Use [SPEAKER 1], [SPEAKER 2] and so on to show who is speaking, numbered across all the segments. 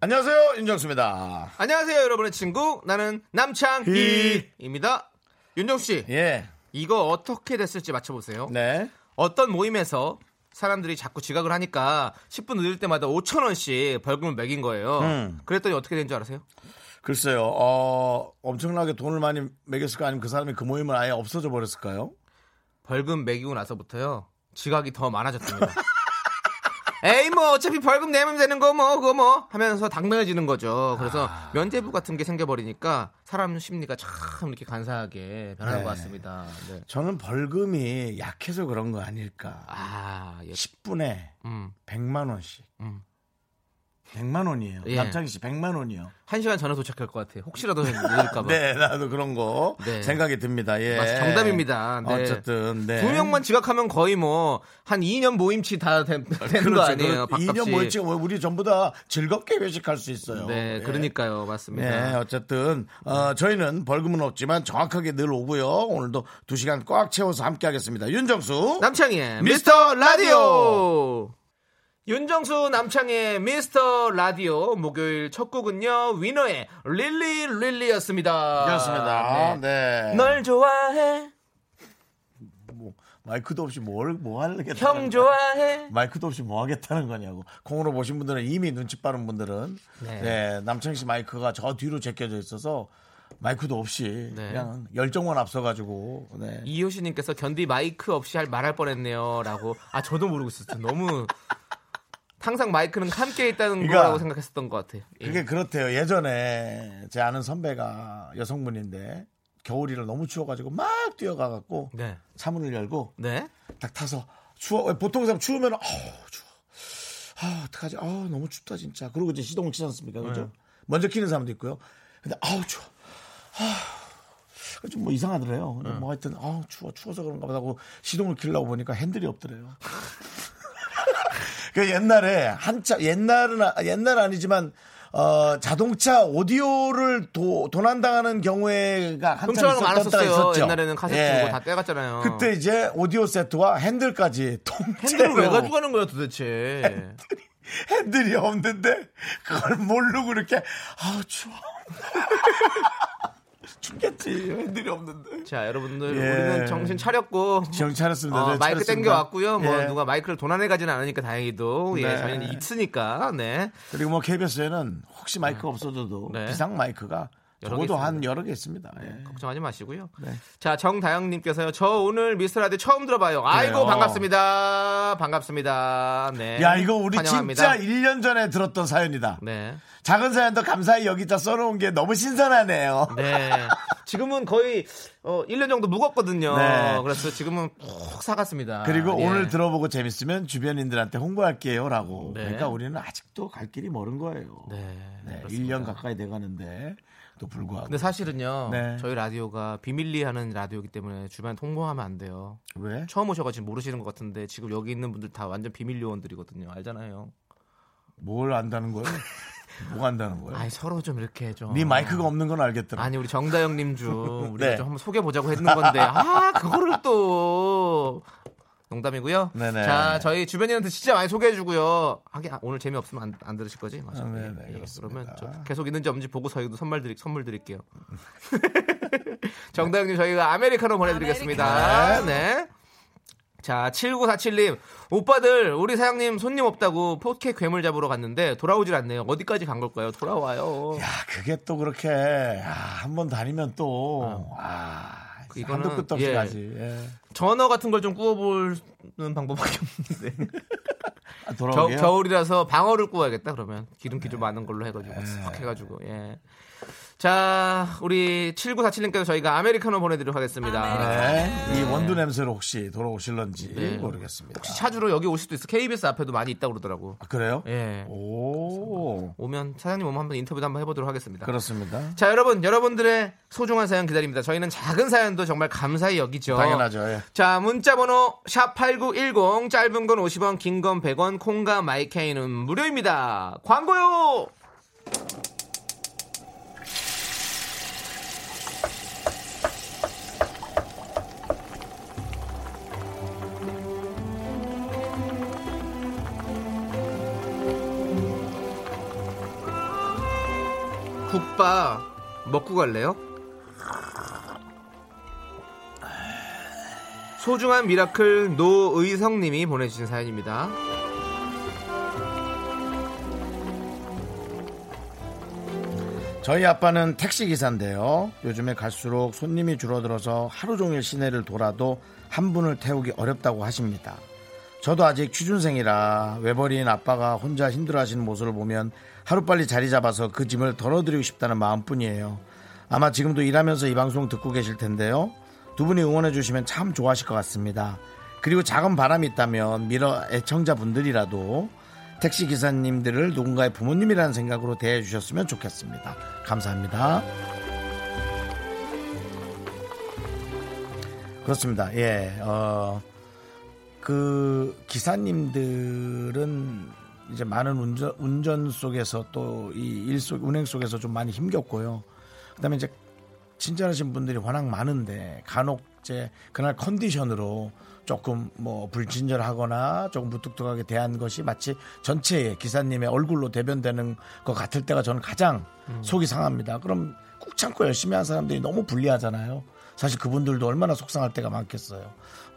[SPEAKER 1] 안녕하세요 윤정수입니다.
[SPEAKER 2] 안녕하세요, 여러분의 친구. 나는 남창희입니다. 윤정수 씨,
[SPEAKER 1] 예,
[SPEAKER 2] 이거 어떻게 됐을지 맞춰보세요.
[SPEAKER 1] 네,
[SPEAKER 2] 어떤 모임에서 사람들이 자꾸 지각을 하니까 10분 늦을 때마다 5천 원씩 벌금을 매긴 거예요.
[SPEAKER 1] 음.
[SPEAKER 2] 그랬더니 어떻게 된 줄 아세요?
[SPEAKER 1] 글쎄요. 어, 엄청나게 돈을 많이 매겼을까 아니면 그 사람이 그 모임을 아예 없어져 버렸을까요?
[SPEAKER 2] 벌금 매기고 나서부터요. 지각이 더 많아졌답니다. 에이 뭐 어차피 벌금 내면 되는 거 뭐 그거 뭐 하면서 당당해지는 거죠. 그래서
[SPEAKER 1] 아.
[SPEAKER 2] 면제부 같은 게 생겨버리니까 사람 심리가 참 이렇게 간사하게 변하는
[SPEAKER 1] 네.
[SPEAKER 2] 것 같습니다. 네.
[SPEAKER 1] 저는 벌금이 약해서 그런 거 아닐까.
[SPEAKER 2] 아, 예.
[SPEAKER 1] 10분에
[SPEAKER 2] 음.
[SPEAKER 1] 100만 원씩.
[SPEAKER 2] 음.
[SPEAKER 1] 100만 원이에요.
[SPEAKER 2] 예.
[SPEAKER 1] 남창희 씨 100만 원이요.
[SPEAKER 2] 한 시간 전에 도착할 것 같아요. 혹시라도 늦을까봐.
[SPEAKER 1] 네, 나도 그런 거
[SPEAKER 2] 어. 네.
[SPEAKER 1] 생각이 듭니다. 예.
[SPEAKER 2] 맞- 정답입니다. 네.
[SPEAKER 1] 어쨌든 네.
[SPEAKER 2] 두 명만 지각하면 거의 뭐 한 2년 모임치 다 된, 되는
[SPEAKER 1] 그렇죠.
[SPEAKER 2] 거 아니에요.
[SPEAKER 1] 그렇- 2년
[SPEAKER 2] 밥값이.
[SPEAKER 1] 모였지 뭐 우리 전부 다 즐겁게 회식할 수 있어요.
[SPEAKER 2] 네,
[SPEAKER 1] 예.
[SPEAKER 2] 그러니까요. 맞습니다.
[SPEAKER 1] 네, 어쨌든 어, 저희는 벌금은 없지만 정확하게 늘 오고요. 오늘도 두 시간 꽉 채워서 함께하겠습니다. 윤정수,
[SPEAKER 2] 남창희의 네,
[SPEAKER 1] 미스터 라디오.
[SPEAKER 2] 미스터 윤정수 남창희의 미스터 라디오 목요일 첫 곡은요 위너의 릴리 릴리였습니다.
[SPEAKER 1] 그렇습니다.
[SPEAKER 2] 네.
[SPEAKER 1] 네.
[SPEAKER 2] 널 좋아해
[SPEAKER 1] 뭐, 마이크도 없이 뭘 뭐 하려겠다.
[SPEAKER 2] 형 좋아해
[SPEAKER 1] 마이크도 없이 뭐 하겠다는 거냐고. 콩으로 보신 분들은 이미 눈치 빠른 분들은
[SPEAKER 2] 네.
[SPEAKER 1] 네, 남창희 씨 마이크가 저 뒤로 제껴져 있어서 마이크도 없이
[SPEAKER 2] 네.
[SPEAKER 1] 그냥 열정만 앞서가지고 네.
[SPEAKER 2] 이효신님께서 견디 마이크 없이 할 말할 뻔했네요라고 아 저도 모르고 있었어요 너무 항상 마이크는 함께 있다는
[SPEAKER 1] 그러니까
[SPEAKER 2] 거라고 생각했었던 것 같아요. 예.
[SPEAKER 1] 그게 그렇대요. 예전에 제 아는 선배가 여성분인데 겨울이라 너무 추워가지고 막 뛰어가갖고
[SPEAKER 2] 네.
[SPEAKER 1] 차문을 열고
[SPEAKER 2] 네.
[SPEAKER 1] 딱 타서 추워. 왜 보통 사람 추우면 어 추워. 아 어떡하지? 아 너무 춥다 진짜. 그리고 이제 시동을 키지 않습니까? 그죠?
[SPEAKER 2] 네.
[SPEAKER 1] 먼저 키는 사람도 있고요. 근데 아우 추워. 아, 좀뭐 이상하더래요.
[SPEAKER 2] 네.
[SPEAKER 1] 근데 뭐 하여튼 아 추워 추워서 그런가 보다 하고 시동을 키려고 보니까 핸들이 없더래요. 그 옛날에 한참 옛날은 아- 옛날 아니지만 어 자동차 오디오를 도, 도난당하는 경우가 한참
[SPEAKER 2] 훔쳐가는
[SPEAKER 1] 있었던
[SPEAKER 2] 거
[SPEAKER 1] 때가
[SPEAKER 2] 많았었어요.
[SPEAKER 1] 있었죠.
[SPEAKER 2] 옛날에는 카세트
[SPEAKER 1] 예.
[SPEAKER 2] 고다 떼갔잖아요.
[SPEAKER 1] 그때 이제 오디오 세트와 핸들까지
[SPEAKER 2] 핸들을 왜
[SPEAKER 1] 통째로
[SPEAKER 2] 가져가는 거야 도대체?
[SPEAKER 1] 핸들이 없는데 그걸 모르고 이렇게 아 추워 춥겠지 핸들이 없는데
[SPEAKER 2] 자 여러분들
[SPEAKER 1] 예.
[SPEAKER 2] 우리는 정신 차렸고
[SPEAKER 1] 정신 차렸습니다.
[SPEAKER 2] 어,
[SPEAKER 1] 네,
[SPEAKER 2] 마이크
[SPEAKER 1] 차렸습니다.
[SPEAKER 2] 땡겨 왔고요. 뭐
[SPEAKER 1] 예.
[SPEAKER 2] 누가 마이크를 도난해 가지는 않으니까 다행히도 예
[SPEAKER 1] 네.
[SPEAKER 2] 저희는 있으니까 네
[SPEAKER 1] 그리고 뭐 KBS에는 혹시 마이크 없어져도
[SPEAKER 2] 네.
[SPEAKER 1] 비상 마이크가
[SPEAKER 2] 여러
[SPEAKER 1] 적어도
[SPEAKER 2] 개
[SPEAKER 1] 한 여러 개 있습니다 예.
[SPEAKER 2] 걱정하지 마시고요.
[SPEAKER 1] 네.
[SPEAKER 2] 자 정다영님께서요 저 오늘 미스라디 처음 들어봐요. 아이고
[SPEAKER 1] 그래요.
[SPEAKER 2] 반갑습니다. 반갑습니다. 네.
[SPEAKER 1] 야 이거 우리
[SPEAKER 2] 환영합니다.
[SPEAKER 1] 진짜 1년 전에 들었던 사연이다
[SPEAKER 2] 네.
[SPEAKER 1] 작은 사연도 감사히 여기다 써놓은 게 너무 신선하네요
[SPEAKER 2] 네. 지금은 거의 어 1년 정도 묵었거든요.
[SPEAKER 1] 네.
[SPEAKER 2] 그래서 지금은 푹 사갔습니다.
[SPEAKER 1] 그리고
[SPEAKER 2] 예.
[SPEAKER 1] 오늘 들어보고 재밌으면 주변인들한테 홍보할게요라고.
[SPEAKER 2] 네.
[SPEAKER 1] 그러니까 우리는 아직도 갈 길이 멀은 거예요.
[SPEAKER 2] 네.
[SPEAKER 1] 네,
[SPEAKER 2] 그렇습니다.
[SPEAKER 1] 1년 가까이 돼 가는데 또 불구하고.
[SPEAKER 2] 근데 사실은요
[SPEAKER 1] 네.
[SPEAKER 2] 저희 라디오가 비밀리하는 라디오이기 때문에 주변 통보하면 안 돼요.
[SPEAKER 1] 왜?
[SPEAKER 2] 처음 오셔가지고 모르시는 것 같은데 지금 여기 있는 분들 다 완전 비밀 요원들이거든요. 알잖아요.
[SPEAKER 1] 뭘 안다는 거예요? 뭐 안다는 거예요?
[SPEAKER 2] 아이 서로 좀 이렇게 좀.
[SPEAKER 1] 네 마이크가 없는 건 알겠더라.
[SPEAKER 2] 어. 아니 우리 정다영님 좀 우리가
[SPEAKER 1] 네.
[SPEAKER 2] 좀 한번 소개 보자고 했는 건데 아 그거를 또 농담이고요.
[SPEAKER 1] 네네.
[SPEAKER 2] 자 저희 주변인한테 진짜 많이 소개해주고요. 하긴 아, 오늘 재미 없으면 안, 안 들으실 거지? 맞아요.
[SPEAKER 1] 아, 네네,
[SPEAKER 2] 예, 예.
[SPEAKER 1] 그렇습니다.
[SPEAKER 2] 그러면 저 계속 있는지 없는지 보고 저희도 선물 드릴 선물 드릴게요. 정다영님 저희가 아메리카노 보내드리겠습니다. 네. 자, 7947님. 오빠들, 우리 사장님 손님 없다고 포켓 괴물 잡으러 갔는데 돌아오질 않네요. 어디까지 간 걸까요? 돌아와요.
[SPEAKER 1] 야, 그게 또 그렇게 아, 한번 다니면 또 아,
[SPEAKER 2] 그 어. 이거는-
[SPEAKER 1] 한도 끝도 없이
[SPEAKER 2] 예.
[SPEAKER 1] 가지. 예.
[SPEAKER 2] 전어 같은 걸 좀 구워보는 방법밖에 없는데.
[SPEAKER 1] 아,
[SPEAKER 2] 겨,
[SPEAKER 1] 돌아오게요. 네.
[SPEAKER 2] 겨울이라서 방어를 구워야겠다, 그러면. 기름기 좀 많은 걸로 해가지고. 쓱 해가지고, 예. 자, 우리 7947님께서 저희가 아메리카노 보내드리도록 하겠습니다.
[SPEAKER 1] 네. 이 원두 냄새로 혹시 돌아오실런지 모르겠습니다.
[SPEAKER 2] 네. 혹시 차주로 여기 올 수도 있어. KBS 앞에도 많이 있다고 그러더라고.
[SPEAKER 1] 아, 그래요?
[SPEAKER 2] 예.
[SPEAKER 1] 오.
[SPEAKER 2] 오면 사장님 오면 한번 인터뷰도 한번 해보도록 하겠습니다.
[SPEAKER 1] 그렇습니다.
[SPEAKER 2] 자, 여러분, 여러분들의 소중한 사연 기다립니다. 저희는 작은 사연도 정말 감사히 여기죠.
[SPEAKER 1] 당연하죠. 예.
[SPEAKER 2] 자, 문자번호 샵8910 짧은 건 50원, 긴 건 100원, 콩과 마이케이는 무료입니다. 광고요! 국밥 먹고 갈래요? 소중한 미라클 노의성님이 보내주신 사연입니다.
[SPEAKER 1] 저희 아빠는 택시 기사인데요. 요즘에 갈수록 손님이 줄어들어서 하루 종일 시내를 돌아도 한 분을 태우기 어렵다고 하십니다. 저도 아직 취준생이라 외벌이인 아빠가 혼자 힘들어하시는 모습을 보면 하루빨리 자리 잡아서 그 짐을 덜어드리고 싶다는 마음뿐이에요. 아마 지금도 일하면서 이 방송 듣고 계실 텐데요. 두 분이 응원해 주시면 참 좋아하실 것 같습니다. 그리고 작은 바람이 있다면 미러 애청자분들이라도 택시 기사님들을 누군가의 부모님이라는 생각으로 대해 주셨으면 좋겠습니다. 감사합니다. 그렇습니다. 예, 어, 그 기사님들은 이제 많은 운전, 운전 속에서 또 이 일 속, 운행 속에서 좀 많이 힘겹고요. 그 다음에 이제 친절하신 분들이 워낙 많은데 간혹 이제 그날 컨디션으로 조금 뭐 불친절하거나 조금 무뚝뚝하게 대한 것이 마치 전체의 기사님의 얼굴로 대변되는 것 같을 때가 저는 가장 속이 상합니다. 그럼 꾹 참고 열심히 한 사람들이 너무 불리하잖아요. 사실 그분들도 얼마나 속상할 때가 많겠어요.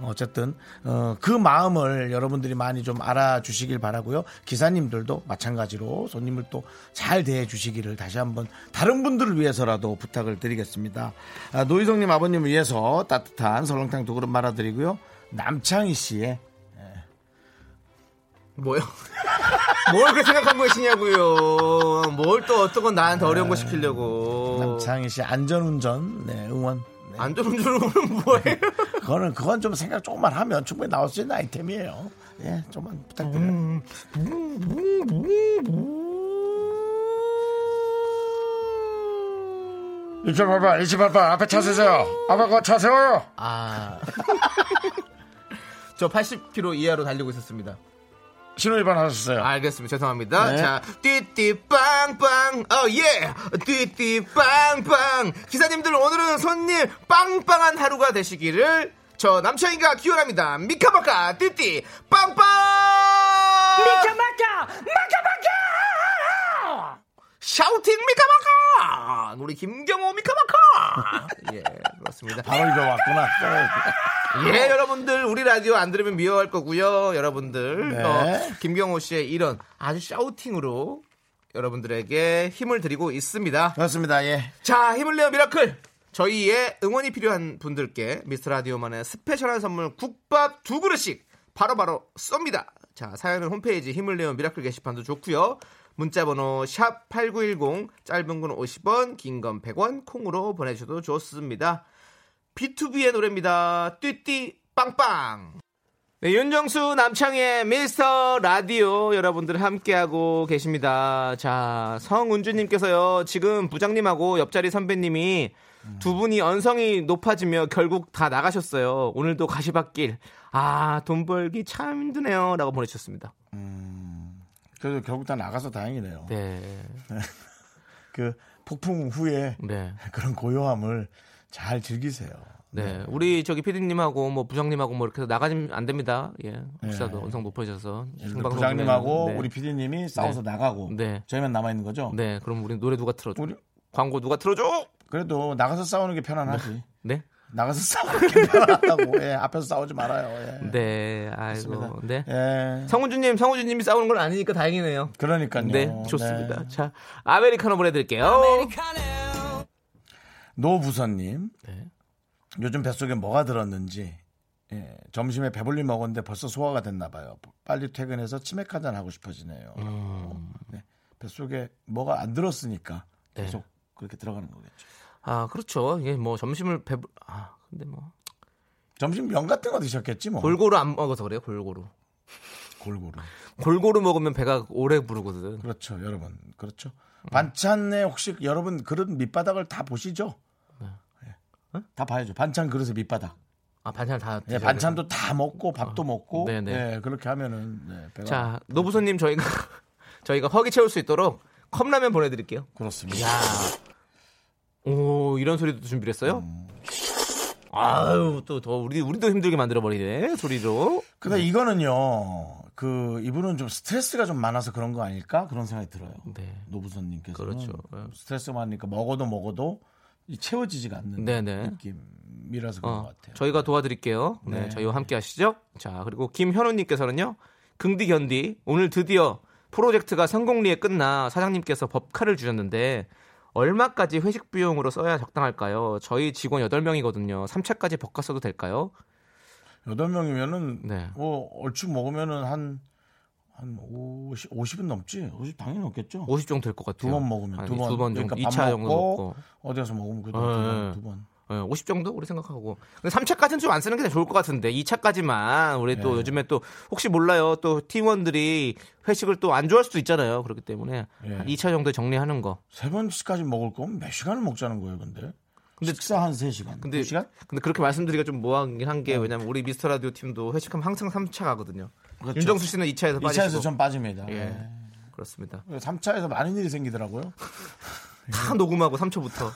[SPEAKER 1] 어쨌든 어, 그 마음을 여러분들이 많이 좀 알아주시길 바라고요. 기사님들도 마찬가지로 손님을 또 잘 대해 주시기를 다시 한번 다른 분들을 위해서라도 부탁을 드리겠습니다. 아, 노희성님 아버님을 위해서 따뜻한 설렁탕 두 그릇 말아드리고요. 남창희 씨의
[SPEAKER 2] 뭐요? 뭘 그렇게 생각한 것이냐고요. 뭘 또 어떤 건 나한테 어려운 거 시키려고.
[SPEAKER 1] 남창희 씨 안전운전 네, 응원. 네.
[SPEAKER 2] 안 좋은 줄은 뭐예요?
[SPEAKER 1] 그거는 그건 좀 생각 조금만 하면 충분히 나올 수 있는 아이템이에요. 예, 좀만 부탁드려요. 이쪽 봐봐, 이쪽 봐봐. 앞에 차 세세요. 아빠 거차 세워요.
[SPEAKER 2] 아. 저 80km 이하로 달리고 있었습니다.
[SPEAKER 1] 신호 위반하셨어요.
[SPEAKER 2] 알겠습니다. 죄송합니다.
[SPEAKER 1] 네.
[SPEAKER 2] 자, 띠띠빵빵, 어, 예! 띠띠빵빵! 기사님들, 오늘은 손님 빵빵한 하루가 되시기를 저 남창희가 기원합니다. 미카마카, 띠띠빵빵! 미카마카! 마카마카! 샤우팅 미카마카! 우리 김경호 미카마카! 예, 그렇습니다.
[SPEAKER 1] 바로 이거 왔구나.
[SPEAKER 2] 예, 여러분들 우리 라디오 안 들으면 미워할 거고요. 여러분들
[SPEAKER 1] 네.
[SPEAKER 2] 어, 김경호 씨의 이런 아주 샤우팅으로 여러분들에게 힘을 드리고 있습니다.
[SPEAKER 1] 그렇습니다. 예.
[SPEAKER 2] 자, 힘을 내요 미라클. 저희의 응원이 필요한 분들께 미스터 라디오만의 스페셜한 선물 국밥 두 그릇씩 바로바로 쏩니다. 자, 사연은 홈페이지 힘을 내요 미라클 게시판도 좋고요. 문자 번호 샵 8910 짧은 건 50원, 긴 건 100원 콩으로 보내 주셔도 좋습니다. B2B의 노래입니다. 띠띠 빵빵. 네, 윤정수 남창의 미스터 라디오 여러분들 함께하고 계십니다. 자, 성은주님께서요, 지금 부장님하고 옆자리 선배님이 두 분이 언성이 높아지며 결국 다 나가셨어요. 오늘도 가시밭길. 아, 돈 벌기 참 힘드네요. 라고 보내주셨습니다.
[SPEAKER 1] 음, 그래도 결국 다 나가서 다행이네요.
[SPEAKER 2] 네.
[SPEAKER 1] 그 폭풍 후에
[SPEAKER 2] 네.
[SPEAKER 1] 그런 고요함을 잘 즐기세요.
[SPEAKER 2] 네. 우리 저기 피디님하고 뭐 부장님하고 뭐 이렇게 해서 나가시면 안 됩니다. 예. 혹시라도
[SPEAKER 1] 네.
[SPEAKER 2] 언성 높아져서. 생방송
[SPEAKER 1] 부장님하고
[SPEAKER 2] 중에는. 네.
[SPEAKER 1] 우리 PD님이 싸워서 나가고
[SPEAKER 2] 네.
[SPEAKER 1] 저희만 남아 있는 거죠.
[SPEAKER 2] 네. 그럼 우리 노래 누가 틀어줘?
[SPEAKER 1] 우리
[SPEAKER 2] 광고 누가 틀어줘?
[SPEAKER 1] 그래도 나가서 싸우는 게 편안하지.
[SPEAKER 2] 네.
[SPEAKER 1] 나가서 싸우는 게 편안하다고. 예, 앞에서 싸우지 말아요. 예.
[SPEAKER 2] 네, 아이고,
[SPEAKER 1] 그렇습니다.
[SPEAKER 2] 네.
[SPEAKER 1] 예.
[SPEAKER 2] 성우주님, 성우주님이 싸우는 건 아니니까 다행이네요.
[SPEAKER 1] 그러니까요.
[SPEAKER 2] 네, 좋습니다. 자, 아메리카노 보내드릴게요.
[SPEAKER 1] 노부선님.
[SPEAKER 2] 네.
[SPEAKER 1] 요즘 뱃속에 뭐가 들었는지 예, 점심에 배불리 먹었는데 벌써 소화가 됐나 봐요. 빨리 퇴근해서 치맥
[SPEAKER 2] 음.
[SPEAKER 1] 한잔 하고 싶어지네요. 네, 뱃속에 뭐가 안 들었으니까 계속 그렇게 들어가는 거겠죠.
[SPEAKER 2] 아 그렇죠. 이게 뭐 점심을 배불 아 근데 뭐
[SPEAKER 1] 점심 면 같은 거 드셨겠지 뭐.
[SPEAKER 2] 골고루 안 먹어서 그래요. 골고루
[SPEAKER 1] 골고루.
[SPEAKER 2] 골고루 먹으면 배가 오래 부르거든.
[SPEAKER 1] 그렇죠, 여러분. 그렇죠.
[SPEAKER 2] 음.
[SPEAKER 1] 반찬에 혹시 여러분 그릇 밑바닥을 다 보시죠?
[SPEAKER 2] 네.
[SPEAKER 1] 예.
[SPEAKER 2] 어?
[SPEAKER 1] 다 봐야죠. 반찬 그릇의 밑바닥.
[SPEAKER 2] 아 반찬 다.
[SPEAKER 1] 예,
[SPEAKER 2] 드셔야
[SPEAKER 1] 반찬도 다 먹고 밥도 먹고
[SPEAKER 2] 네, 네.
[SPEAKER 1] 예, 그렇게 하면은 네, 배가
[SPEAKER 2] 자 노부소님 저희가 저희가 허기 채울 수 있도록 컵라면 보내드릴게요.
[SPEAKER 1] 그렇습니다.
[SPEAKER 2] 야, 오 이런 소리도 준비했어요. 아유 또 더 우리 우리도 힘들게 만들어 버리네 소리로.
[SPEAKER 1] 근데 이거는요. 그 이분은 좀 스트레스가 좀 많아서 그런 거 아닐까 그런 생각이 들어요.
[SPEAKER 2] 네.
[SPEAKER 1] 노부선님께서는
[SPEAKER 2] 그렇죠. 예.
[SPEAKER 1] 스트레스 많으니까 먹어도 먹어도 이 채워지지가 않는
[SPEAKER 2] 네네.
[SPEAKER 1] 느낌이라서 그런
[SPEAKER 2] 어,
[SPEAKER 1] 것 같아요.
[SPEAKER 2] 저희가 도와드릴게요. 네,
[SPEAKER 1] 네.
[SPEAKER 2] 저희와 함께 하시죠. 자, 그리고 김현우님께서는요. 긍디 견디 오늘 드디어 프로젝트가 성공리에 끝나 사장님께서 법카를 주셨는데 얼마까지 회식 비용으로 써야 적당할까요? 저희 직원 8명이거든요. 3차까지 법카 써도 될까요?
[SPEAKER 1] 여덟 명이면은
[SPEAKER 2] 네.
[SPEAKER 1] 뭐 얼추 먹으면은 한한 50, 50은 넘지? 50 당연히 넘겠죠.
[SPEAKER 2] 50 정도 될 것 같아요.
[SPEAKER 1] 어. 두 번 먹으면
[SPEAKER 2] 아니,
[SPEAKER 1] 두 번.
[SPEAKER 2] 두번 정도,
[SPEAKER 1] 그러니까 밥
[SPEAKER 2] 2차 정도 먹고.
[SPEAKER 1] 어디 가서 먹으면 그두
[SPEAKER 2] 예,
[SPEAKER 1] 번, 두 번.
[SPEAKER 2] 예, 50 정도 우리 생각하고. 근데 3차까지는 좀 안 쓰는 게 좋을 것 같은데 2차까지만 우리 또
[SPEAKER 1] 예.
[SPEAKER 2] 요즘에 또 혹시 몰라요. 또 팀원들이 회식을 또 안 좋아할 수도 있잖아요. 그렇기 때문에
[SPEAKER 1] 예.
[SPEAKER 2] 한 2차 정도 정리하는 거.
[SPEAKER 1] 세 번까지 먹을 거면 몇 시간을 먹자는 거예요, 근데?
[SPEAKER 2] 근데-
[SPEAKER 1] 식사 한 세 시간.
[SPEAKER 2] 근데
[SPEAKER 1] 두 시간? 네.
[SPEAKER 2] 근데 그렇게 말씀드리기가 좀 모하긴 한 게 왜냐면 우리 미스터 라디오 팀도 회식하면 항상 3차 가거든요.
[SPEAKER 1] 그렇죠.
[SPEAKER 2] 윤정수 씨는 2차에서
[SPEAKER 1] 2차에서
[SPEAKER 2] 빠지시고.
[SPEAKER 1] 전 빠집니다. 네.
[SPEAKER 2] 예. 그렇습니다.
[SPEAKER 1] 3차에서 많은 일이 생기더라고요. 네.
[SPEAKER 2] 다 녹음하고 3초부터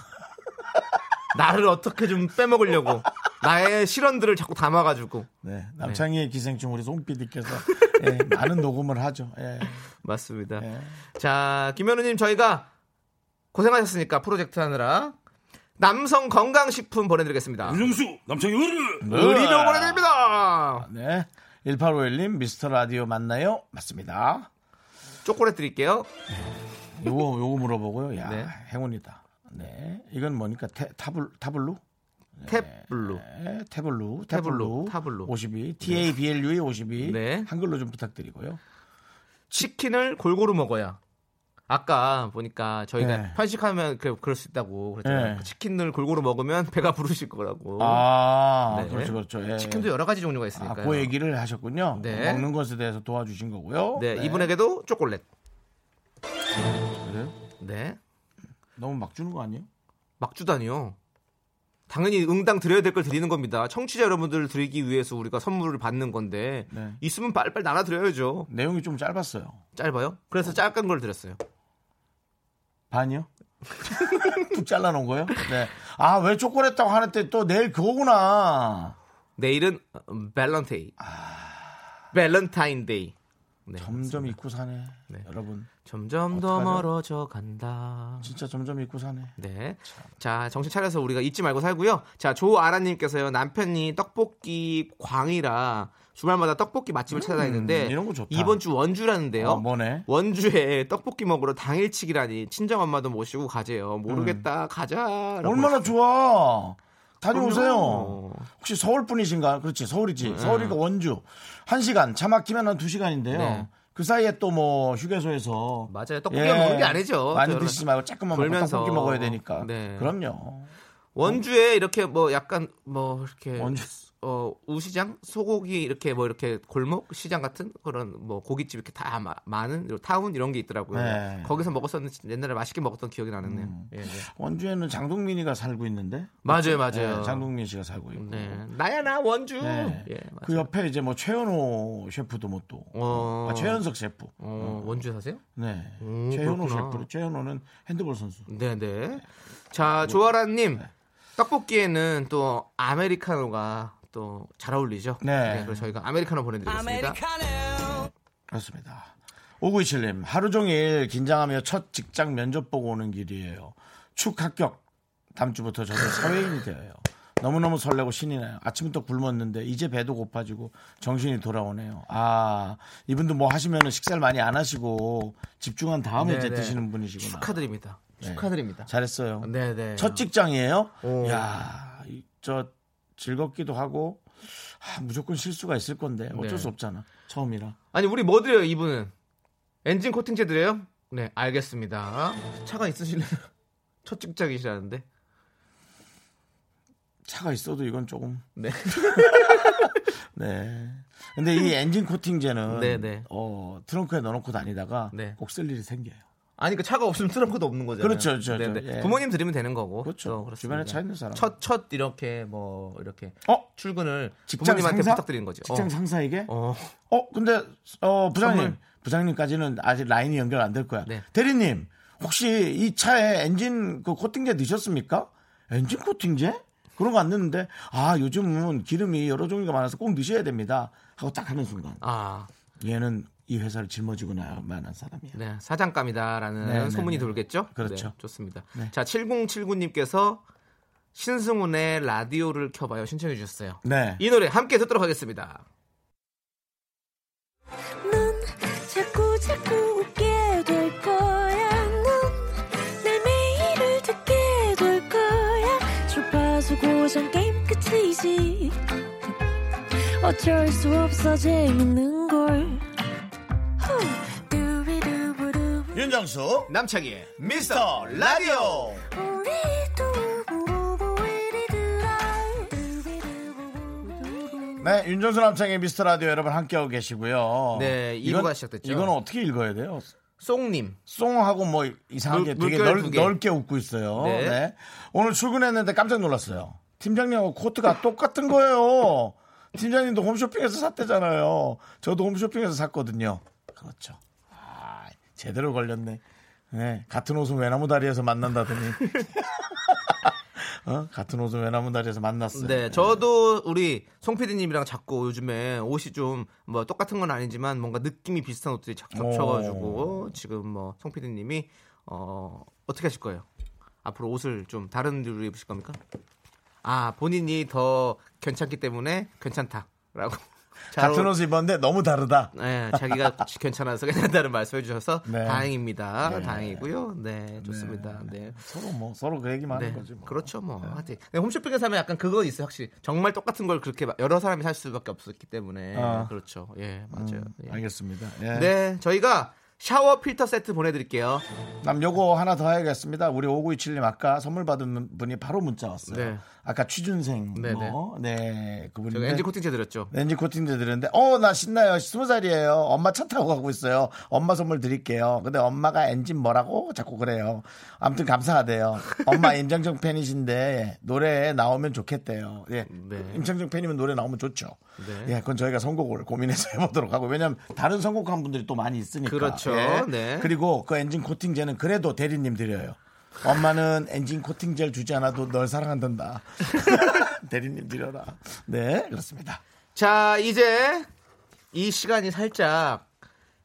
[SPEAKER 2] 나를 어떻게 좀 빼먹으려고 나의 실언들을 자꾸 담아가지고
[SPEAKER 1] 네. 남창희의 기생충 우리 송PD께서 예, 많은 녹음을 하죠. 예.
[SPEAKER 2] 맞습니다.
[SPEAKER 1] 예.
[SPEAKER 2] 자, 김현우님 저희가 고생하셨으니까 프로젝트 하느라 남성 건강식품 보내드리겠습니다.
[SPEAKER 3] 윤정수 남창희 으르
[SPEAKER 2] 의리도 보내드립니다.
[SPEAKER 1] 네. 1851님 미스터 라디오 맞나요? 맞습니다.
[SPEAKER 2] 초콜릿 드릴게요.
[SPEAKER 1] 요거 요거 물어보고요. 야,
[SPEAKER 2] 네.
[SPEAKER 1] 행운이다. 네. 이건 뭐니까 태, 타블 타블루?
[SPEAKER 2] 탭블루.
[SPEAKER 1] 네, 태블루,
[SPEAKER 2] 태블루,
[SPEAKER 1] 태블루,
[SPEAKER 2] 타블루.
[SPEAKER 1] 52, TABLU의 52,
[SPEAKER 2] 네.
[SPEAKER 1] 한글로 좀 부탁드리고요.
[SPEAKER 2] 치킨을 골고루 먹어야. 아까 보니까 저희가
[SPEAKER 1] 네.
[SPEAKER 2] 편식하면 그- 그럴 수 있다고 그랬잖아요.
[SPEAKER 1] 네.
[SPEAKER 2] 그 치킨을 골고루 먹으면 배가 부르실 거라고.
[SPEAKER 1] 아,
[SPEAKER 2] 네.
[SPEAKER 1] 그렇죠, 그렇죠. 예.
[SPEAKER 2] 치킨도 여러 가지 종류가
[SPEAKER 1] 아,
[SPEAKER 2] 있으니까요.
[SPEAKER 1] 그 얘기를 하셨군요.
[SPEAKER 2] 네.
[SPEAKER 1] 먹는 것에 대해서 도와주신 거고요.
[SPEAKER 2] 네, 이분에게도 초콜릿.
[SPEAKER 1] 그래요?
[SPEAKER 2] 네.
[SPEAKER 1] 너무 막 주는 거 아니에요?
[SPEAKER 2] 막주다니요. 당연히 응당 드려야 될 걸 드리는 겁니다. 청취자 여러분들을 드리기 위해서 우리가 선물을 받는 건데
[SPEAKER 1] 네.
[SPEAKER 2] 있으면 빨리빨리 나눠드려야죠.
[SPEAKER 1] 내용이 좀 짧았어요.
[SPEAKER 2] 짧아요? 그래서
[SPEAKER 1] 네.
[SPEAKER 2] 짧은 걸 드렸어요.
[SPEAKER 1] 반이요? 푹 잘라놓은 거예요? 네. 아, 왜 초콜릿다고 하는데 또 내일 그거구나.
[SPEAKER 2] 내일은 음, 밸런테이. 밸런타인데이. 네,
[SPEAKER 1] 아. 점점 잊고 사네.
[SPEAKER 2] 네.
[SPEAKER 1] 여러분,
[SPEAKER 2] 점점 더
[SPEAKER 1] 어떡하죠?
[SPEAKER 2] 멀어져 간다.
[SPEAKER 1] 진짜 점점 잊고 사네.
[SPEAKER 2] 네. 자, 정신 차려서 우리가 잊지 말고 살고요. 자, 조아라님께서요. 남편이 떡볶이 광이라 주말마다 떡볶이 맛집을 찾아다니는데
[SPEAKER 1] 음, 이런 거 좋다.
[SPEAKER 2] 이번 주 원주라는데요.
[SPEAKER 1] 어, 뭐네?
[SPEAKER 2] 원주에 떡볶이 먹으러 당일치기라니 친정 엄마도 모시고 가재요. 모르겠다 가자.
[SPEAKER 1] 음. 얼마나 좋아. 다녀오세요.
[SPEAKER 2] 그럼요. 음,
[SPEAKER 1] 혹시 서울 분이신가? 그렇지, 서울이지. 서울이가 원주. 한 시간, 차 막히면 한 두 시간인데요.
[SPEAKER 2] 네.
[SPEAKER 1] 그 사이에 또 뭐 휴게소에서
[SPEAKER 2] 맞아요. 떡볶이만 먹는 게 아니죠.
[SPEAKER 1] 예. 많이
[SPEAKER 2] 또
[SPEAKER 1] 드시지 말고 조금만 먹고
[SPEAKER 2] 돌면서.
[SPEAKER 1] 떡볶이 먹어야 되니까.
[SPEAKER 2] 네.
[SPEAKER 1] 그럼요.
[SPEAKER 2] 원주에 이렇게 뭐 약간 뭐 이렇게
[SPEAKER 1] 원주.
[SPEAKER 2] 어 우시장 소고기 이렇게 뭐 이렇게 골목 시장 같은 그런 뭐 고깃집 이렇게 다 마- 많은 이런 타운 이런 게 있더라고요.
[SPEAKER 1] 네.
[SPEAKER 2] 거기서 먹었었는데 옛날에 맛있게 먹었던 기억이 나는데요. 예, 예.
[SPEAKER 1] 원주에는 장동민이가 살고 있는데.
[SPEAKER 2] 맞아요, 맞아요.
[SPEAKER 1] 네, 장동민 씨가 살고 있고.
[SPEAKER 2] 네. 나야 나 원주.
[SPEAKER 1] 네.
[SPEAKER 2] 예,
[SPEAKER 1] 그
[SPEAKER 2] 맞아요.
[SPEAKER 1] 옆에 이제 뭐 최현호 셰프도 뭐 또.
[SPEAKER 2] 어.
[SPEAKER 1] 아, 최현석 셰프.
[SPEAKER 2] 어, 원주에 사세요?
[SPEAKER 1] 네.
[SPEAKER 2] 오,
[SPEAKER 1] 최현호
[SPEAKER 2] 음, 그렇구나.
[SPEAKER 1] 셰프. 최현호는 핸드볼 선수.
[SPEAKER 2] 네네. 자 조아라님
[SPEAKER 1] 네.
[SPEAKER 2] 떡볶이에는 또 아메리카노가 또 잘 어울리죠.
[SPEAKER 1] 네.
[SPEAKER 2] 그래서 저희가 아메리카노 보내드리겠습니다.
[SPEAKER 1] 그렇습니다. 5927님, 하루 종일 긴장하며 첫 직장 면접 보고 오는 길이에요. 축 합격. 다음 주부터 저도 사회인이 되어요. 너무너무 설레고 신이 나요. 아침부터 굶었는데 이제 배도 고파지고 정신이 돌아오네요. 아, 이분도 뭐 하시면 식사를 많이 안 하시고 집중한 다음에 이제
[SPEAKER 2] 네네.
[SPEAKER 1] 드시는 분이시구나.
[SPEAKER 2] 축하드립니다. 축하드립니다.
[SPEAKER 1] 잘했어요.
[SPEAKER 2] 네네.
[SPEAKER 1] 네. 첫 직장이에요?
[SPEAKER 2] 오.
[SPEAKER 1] 야, 이- 저 즐겁기도 하고 아, 무조건 실수가 있을 건데 어쩔
[SPEAKER 2] 네.
[SPEAKER 1] 수 없잖아. 처음이라.
[SPEAKER 2] 아니 우리 뭐 드려요 이분은 엔진 코팅제 드려요? 네 알겠습니다. 차가 있으실래요? 첫 직장이시라는데.
[SPEAKER 1] 차가 있어도 이건 조금
[SPEAKER 2] 네.
[SPEAKER 1] 네. 근데 이 엔진 코팅제는
[SPEAKER 2] 네, 네.
[SPEAKER 1] 어, 트렁크에 넣어놓고 다니다가
[SPEAKER 2] 네.
[SPEAKER 1] 꼭 쓸 일이 생겨요. 그러니까
[SPEAKER 2] 아니 그 차가 없으면 트렁크도 없는 거잖아요.
[SPEAKER 1] 그렇죠, 그렇죠,
[SPEAKER 2] 네네.
[SPEAKER 1] 그렇죠. 예.
[SPEAKER 2] 부모님 드리면 되는 거고.
[SPEAKER 1] 그렇죠.
[SPEAKER 2] 또 그렇습니다.
[SPEAKER 1] 주변에 차 있는 사람.
[SPEAKER 2] 첫, 첫 이렇게 뭐 이렇게
[SPEAKER 1] 어?
[SPEAKER 2] 출근을
[SPEAKER 1] 직장
[SPEAKER 2] 부모님한테
[SPEAKER 1] 상사?
[SPEAKER 2] 부탁드리는 거죠.
[SPEAKER 1] 직장 상사에게
[SPEAKER 2] 어. 어.
[SPEAKER 1] 어 근데 어 부장님
[SPEAKER 2] 선물.
[SPEAKER 1] 부장님까지는 아직 라인이 연결 안 될 거야.
[SPEAKER 2] 네.
[SPEAKER 1] 대리님 혹시 이 차에 엔진 그 코팅제 넣으셨습니까? 엔진 코팅제? 그런 거 안 넣는데 아 요즘은 기름이 여러 종류가 많아서 꼭 넣으셔야 됩니다. 하고 딱 하는 순간
[SPEAKER 2] 아,
[SPEAKER 1] 얘는 이 회사를 짊어지고 나갈 만한 사람이야.
[SPEAKER 2] 네. 사장감이다라는
[SPEAKER 1] 네, 네,
[SPEAKER 2] 소문이
[SPEAKER 1] 네.
[SPEAKER 2] 돌겠죠?
[SPEAKER 1] 그렇죠.
[SPEAKER 2] 네, 좋습니다.
[SPEAKER 1] 네.
[SPEAKER 2] 자, 7079님께서 신승훈의 라디오를 켜봐요 신청해 주셨어요.
[SPEAKER 1] 네.
[SPEAKER 2] 이 노래 함께 듣도록 하겠습니다.
[SPEAKER 4] 넌 자꾸 자꾸 웃게 될 거야. 넌내 매일을 듣게 될 거야. 주파수 고정 게임 끝이지. 어쩔 수 없어 재밌는 걸. 후. 두비두부두부.
[SPEAKER 1] 윤정수
[SPEAKER 2] 남창희의
[SPEAKER 1] 미스터 라디오
[SPEAKER 4] 우리 두부부부 우리 두라. 두비두부부부부.
[SPEAKER 1] 네 윤정수 남창의 미스터 라디오 여러분 함께하고 계시고요
[SPEAKER 2] 네,
[SPEAKER 1] 이건-
[SPEAKER 2] 이부가 시작됐죠.
[SPEAKER 1] 이건 어떻게 읽어야 돼요?
[SPEAKER 2] 송님.
[SPEAKER 1] 쏭하고 뭐 이상하게
[SPEAKER 2] 물-
[SPEAKER 1] 되게
[SPEAKER 2] 물결
[SPEAKER 1] 넓,
[SPEAKER 2] 두 개.
[SPEAKER 1] 넓게 웃고 있어요
[SPEAKER 2] 네.
[SPEAKER 1] 네. 오늘 출근했는데 깜짝 놀랐어요 팀장님하고 코트가 똑같은 거예요 팀장님도 홈쇼핑에서 샀대잖아요 저도 홈쇼핑에서 샀거든요 그렇죠 아, 제대로 걸렸네 네, 같은 옷은 외나무 다리에서 만난다더니 어? 같은 옷은 외나무 다리에서 만났어요
[SPEAKER 2] 네, 저도 우리 송 PD님이랑 자꾸 요즘에 옷이 좀 뭐 똑같은 건 아니지만 뭔가 느낌이 비슷한 옷들이 자꾸
[SPEAKER 1] 어.
[SPEAKER 2] 겹쳐가지고 지금 뭐 송 PD님이 어 어떻게 하실 거예요? 앞으로 옷을 좀 다른 류로 입으실 겁니까? 아 본인이 더 괜찮기 때문에 괜찮다라고 잘
[SPEAKER 1] 같은
[SPEAKER 2] 어울-
[SPEAKER 1] 옷을 입었는데 너무 다르다.
[SPEAKER 2] 네, 자기가 괜찮아서 괜찮다는 말씀해 주셔서
[SPEAKER 1] 네.
[SPEAKER 2] 다행입니다.
[SPEAKER 1] 네.
[SPEAKER 2] 다행이고요. 네, 좋습니다. 네.
[SPEAKER 1] 서로 뭐 서로 그 얘기만
[SPEAKER 2] 네,
[SPEAKER 1] 하는 거지 뭐.
[SPEAKER 2] 그렇죠 뭐. 하여튼 근데 홈쇼핑에 사면 약간 그거 있어요 확실히 정말 똑같은 걸 그렇게 막 여러 사람이 살 수밖에 없었기 때문에
[SPEAKER 1] 아. 음.
[SPEAKER 2] 그렇죠. 예 맞아요. 예.
[SPEAKER 1] 알겠습니다. 예.
[SPEAKER 2] 네 저희가 샤워 필터 세트 보내드릴게요.
[SPEAKER 1] 남 요거 하나 더 해야겠습니다. 우리 5927님 아까 선물 받은 분이 바로 문자 왔어요.
[SPEAKER 2] 네.
[SPEAKER 1] 아까 취준생
[SPEAKER 2] 네,
[SPEAKER 1] 뭐, 네 그분이
[SPEAKER 2] 저희 엔지 코팅제 드렸죠.
[SPEAKER 1] 렌지 코팅제 드렸는데 어 나 신나요. 스무 살이에요. 엄마 차 타고 가고 있어요. 엄마 선물 드릴게요. 근데 엄마가 엔진 뭐라고 자꾸 그래요. 아무튼 감사하대요. 엄마 임창정 팬이신데 노래 나오면 좋겠대요. 예.
[SPEAKER 2] 네.
[SPEAKER 1] 임창정 팬이면 노래 나오면 좋죠.
[SPEAKER 2] 네.
[SPEAKER 1] 예. 그건 저희가 선곡을 고민해서 해보도록 하고 왜냐하면 다른 선곡한 분들이 또 많이 있으니까.
[SPEAKER 2] 그렇죠.
[SPEAKER 1] 예.
[SPEAKER 2] 네.
[SPEAKER 1] 그리고 그 엔진 코팅제는 그래도 대리님 드려요. 엄마는 엔진 코팅제를 주지 않아도 널 사랑한단다. 대리님 드려라. 네, 그렇습니다.
[SPEAKER 2] 자 이제 이 시간이 살짝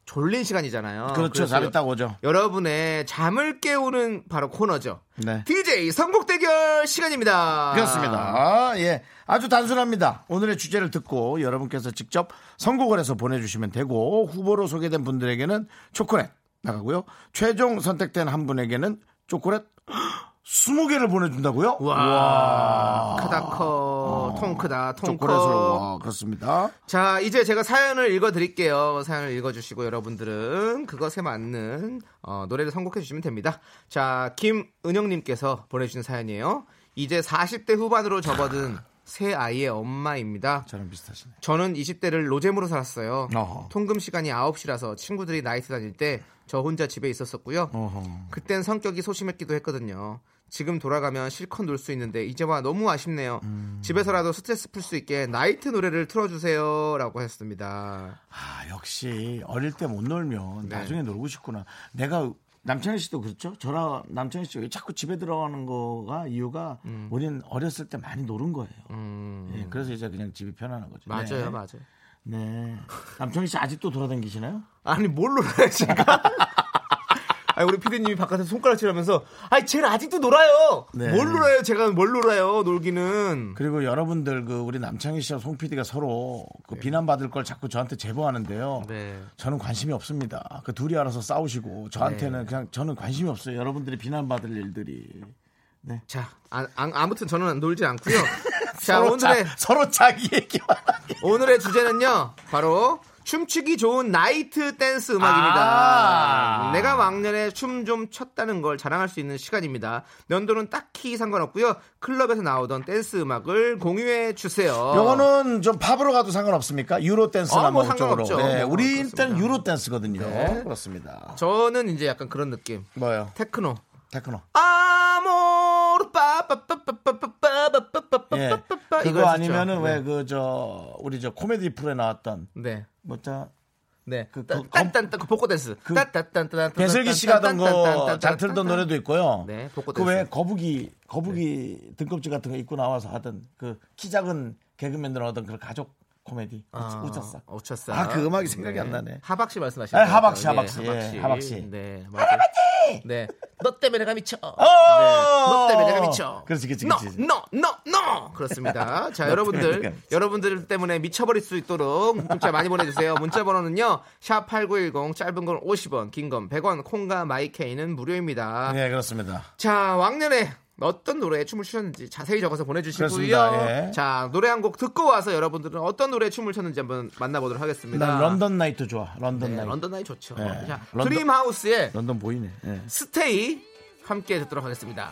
[SPEAKER 2] 졸린 시간이잖아요.
[SPEAKER 1] 그렇죠.
[SPEAKER 2] 그래서
[SPEAKER 1] 잘했다고 오죠.
[SPEAKER 2] 여러분의 잠을 깨우는 바로 코너죠.
[SPEAKER 1] 네.
[SPEAKER 2] DJ 선곡 대결 시간입니다.
[SPEAKER 1] 그렇습니다. 예. 아주 단순합니다. 오늘의 주제를 듣고 여러분께서 직접 선곡을 해서 보내주시면 되고 후보로 소개된 분들에게는 초콜릿 나가고요. 최종 선택된 한 분에게는 초콜릿 20개를 보내준다고요?
[SPEAKER 2] 와, 크다
[SPEAKER 1] 어.
[SPEAKER 2] 커, 통 크다, 통
[SPEAKER 1] 초콜릿으로.
[SPEAKER 2] 커.
[SPEAKER 1] 와, 그렇습니다.
[SPEAKER 2] 자, 이제 제가 사연을 읽어드릴게요. 사연을 읽어주시고 여러분들은 그것에 맞는 어, 노래를 선곡해 주시면 됩니다. 자, 김은영님께서 보내주신 사연이에요. 이제 40대 후반으로 접어든 새 아이의 엄마입니다.
[SPEAKER 1] 저랑 비슷하시네.
[SPEAKER 2] 저는 20대를 노잼으로 살았어요.
[SPEAKER 1] 어허.
[SPEAKER 2] 통금 시간이 9시라서 친구들이 나이트 다닐 때 저 혼자 집에 있었었고요.
[SPEAKER 1] 어허.
[SPEAKER 2] 그땐 성격이 소심했기도 했거든요. 지금 돌아가면 실컷 놀 수 있는데 이제 와 너무 아쉽네요.
[SPEAKER 1] 음.
[SPEAKER 2] 집에서라도 스트레스 풀 수 있게 나이트 노래를 틀어주세요라고 했습니다.
[SPEAKER 1] 아, 역시 어릴 때 못 놀면
[SPEAKER 2] 네.
[SPEAKER 1] 나중에 놀고 싶구나. 내가 남창희 씨도 그렇죠? 저랑 남창희 씨가 자꾸 집에 들어가는 거가 이유가
[SPEAKER 2] 음.
[SPEAKER 1] 우리는 어렸을 때 많이 노는 거예요. 예, 그래서 이제 그냥 집이 편안한 거죠.
[SPEAKER 2] 맞아요,
[SPEAKER 1] 네.
[SPEAKER 2] 맞아요.
[SPEAKER 1] 네. 남창희 씨 아직도 돌아다니시나요?
[SPEAKER 2] 아니 뭘 놀아요 지금? 아니, 우리 피디님이 바깥에서 손가락질하면서 아니 쟤는 아직도 놀아요.
[SPEAKER 1] 네.
[SPEAKER 2] 뭘 놀아요? 제가 뭘 놀아요? 놀기는
[SPEAKER 1] 그리고 여러분들 그 우리 남창희 씨와 송 PD가 서로 그 비난받을 걸 자꾸 저한테 제보하는데요.
[SPEAKER 2] 네.
[SPEAKER 1] 저는 관심이 없습니다. 그 둘이 알아서 싸우시고
[SPEAKER 2] 네.
[SPEAKER 1] 저한테는 그냥 저는 관심이 없어요. 여러분들이 비난받을 일들이.
[SPEAKER 2] 자 아, 무튼 저는 놀지 않고요. 자
[SPEAKER 1] 서로
[SPEAKER 2] 오늘의
[SPEAKER 1] 자, 서로 자기 얘기만 하게.
[SPEAKER 2] 오늘의 주제는요 바로 춤추기 좋은 나이트 댄스 음악입니다.
[SPEAKER 1] 아.
[SPEAKER 2] 내가 왕년에 춤 좀 췄다는 걸 자랑할 수 있는 시간입니다. 연도는 딱히 상관없고요. 클럽에서 나오던 댄스 음악을 공유해 주세요.
[SPEAKER 1] 요거는 좀 팝으로 가도 상관없습니까? 유로 댄스나
[SPEAKER 2] 어, 뭐
[SPEAKER 1] 뭐 그쪽으로.
[SPEAKER 2] 상관없죠.
[SPEAKER 1] 네,
[SPEAKER 2] 네,
[SPEAKER 1] 우리
[SPEAKER 2] 그렇습니다.
[SPEAKER 1] 일단 유로 댄스거든요.
[SPEAKER 2] 네.
[SPEAKER 1] 그렇습니다.
[SPEAKER 2] 저는 이제 약간 그런 느낌.
[SPEAKER 1] 뭐요?
[SPEAKER 2] 테크노.
[SPEAKER 1] 테크노.
[SPEAKER 2] 아모르 빠빠빠빠빠빠빠빠빠빠빠.
[SPEAKER 1] 예.
[SPEAKER 2] 이걸
[SPEAKER 1] 그거 아니면은
[SPEAKER 2] 했었죠.
[SPEAKER 1] 왜 그 저 우리 저 코미디 프로에 나왔던
[SPEAKER 2] 네.
[SPEAKER 1] 뭐자
[SPEAKER 2] 네.
[SPEAKER 1] 그- 그
[SPEAKER 2] 딴딴딴 그 복고 댄스.
[SPEAKER 1] 그
[SPEAKER 2] 딴딴딴딴
[SPEAKER 1] 배슬기 씨가 하던 거
[SPEAKER 2] 딴딴딴딴
[SPEAKER 1] 잘 틀던 노래도 있고요.
[SPEAKER 2] 네, 복고
[SPEAKER 1] 그 왜
[SPEAKER 2] 댄스.
[SPEAKER 1] 거북이 거북이 등껍질 같은 거 입고 나와서 하던 그 키 작은 개그맨들 하던 그런 가족 코미디
[SPEAKER 2] 아,
[SPEAKER 1] 우차싸.
[SPEAKER 2] 우차싸.
[SPEAKER 1] 아, 그 음악이 생각이 안 나네.
[SPEAKER 2] 하박씨 말씀하시는
[SPEAKER 1] 아,
[SPEAKER 2] 거
[SPEAKER 1] 하박씨,
[SPEAKER 2] 같아요.
[SPEAKER 1] 하박씨. 예, 하박씨.
[SPEAKER 2] 네, 맞아요. 네. 너 때문에 내가 미쳐. 네. 너뭐 때문에 내가 미쳐.
[SPEAKER 1] 어! 그렇지, 그렇지,
[SPEAKER 2] 너,
[SPEAKER 1] 그렇지.
[SPEAKER 2] 너, 너, 너. 그렇습니다. 자,
[SPEAKER 1] 때문에 내가
[SPEAKER 2] 여러분들
[SPEAKER 1] 미쳐.
[SPEAKER 2] 여러분들 때문에 미쳐버릴 수 있도록 문자 많이 보내주세요. 문자 번호는요. 샵 #8910 짧은 건 50원, 긴 건 100원, 콩과 마이케이는 무료입니다.
[SPEAKER 1] 네 그렇습니다.
[SPEAKER 2] 자, 왕년에 어떤 노래에 춤을 추셨는지 자세히 적어서 보내주시고요.
[SPEAKER 1] 그렇습니다. 예.
[SPEAKER 2] 자, 노래 한 곡 듣고 와서 여러분들은 어떤 노래에 춤을 췄는지 한번 만나보도록 하겠습니다.
[SPEAKER 1] 난 런던 나이트 좋아. 런던
[SPEAKER 2] 음. 아. 네,
[SPEAKER 1] 나이트.
[SPEAKER 2] 런던 나이 좋죠.
[SPEAKER 1] 예.
[SPEAKER 2] 자,
[SPEAKER 1] 런던-
[SPEAKER 2] 드림하우스의
[SPEAKER 1] 런던 보이네. 예.
[SPEAKER 2] 스테이 함께 듣도록 하겠습니다.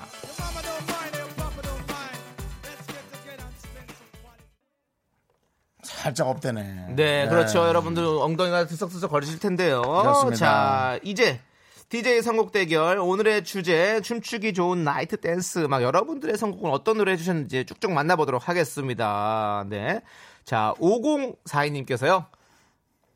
[SPEAKER 1] 살짝 업되네.
[SPEAKER 2] 네, 그렇죠. 여러분들 엉덩이가 들썩들썩 거리실 텐데요.
[SPEAKER 1] 그렇습니다.
[SPEAKER 2] 자, 이제 DJ 선곡 대결 오늘의 주제 춤추기 좋은 나이트 댄스 막 여러분들의 선곡은 어떤 노래 해주셨는지 쭉쭉 만나보도록 하겠습니다. 네, 자 5042님께서요.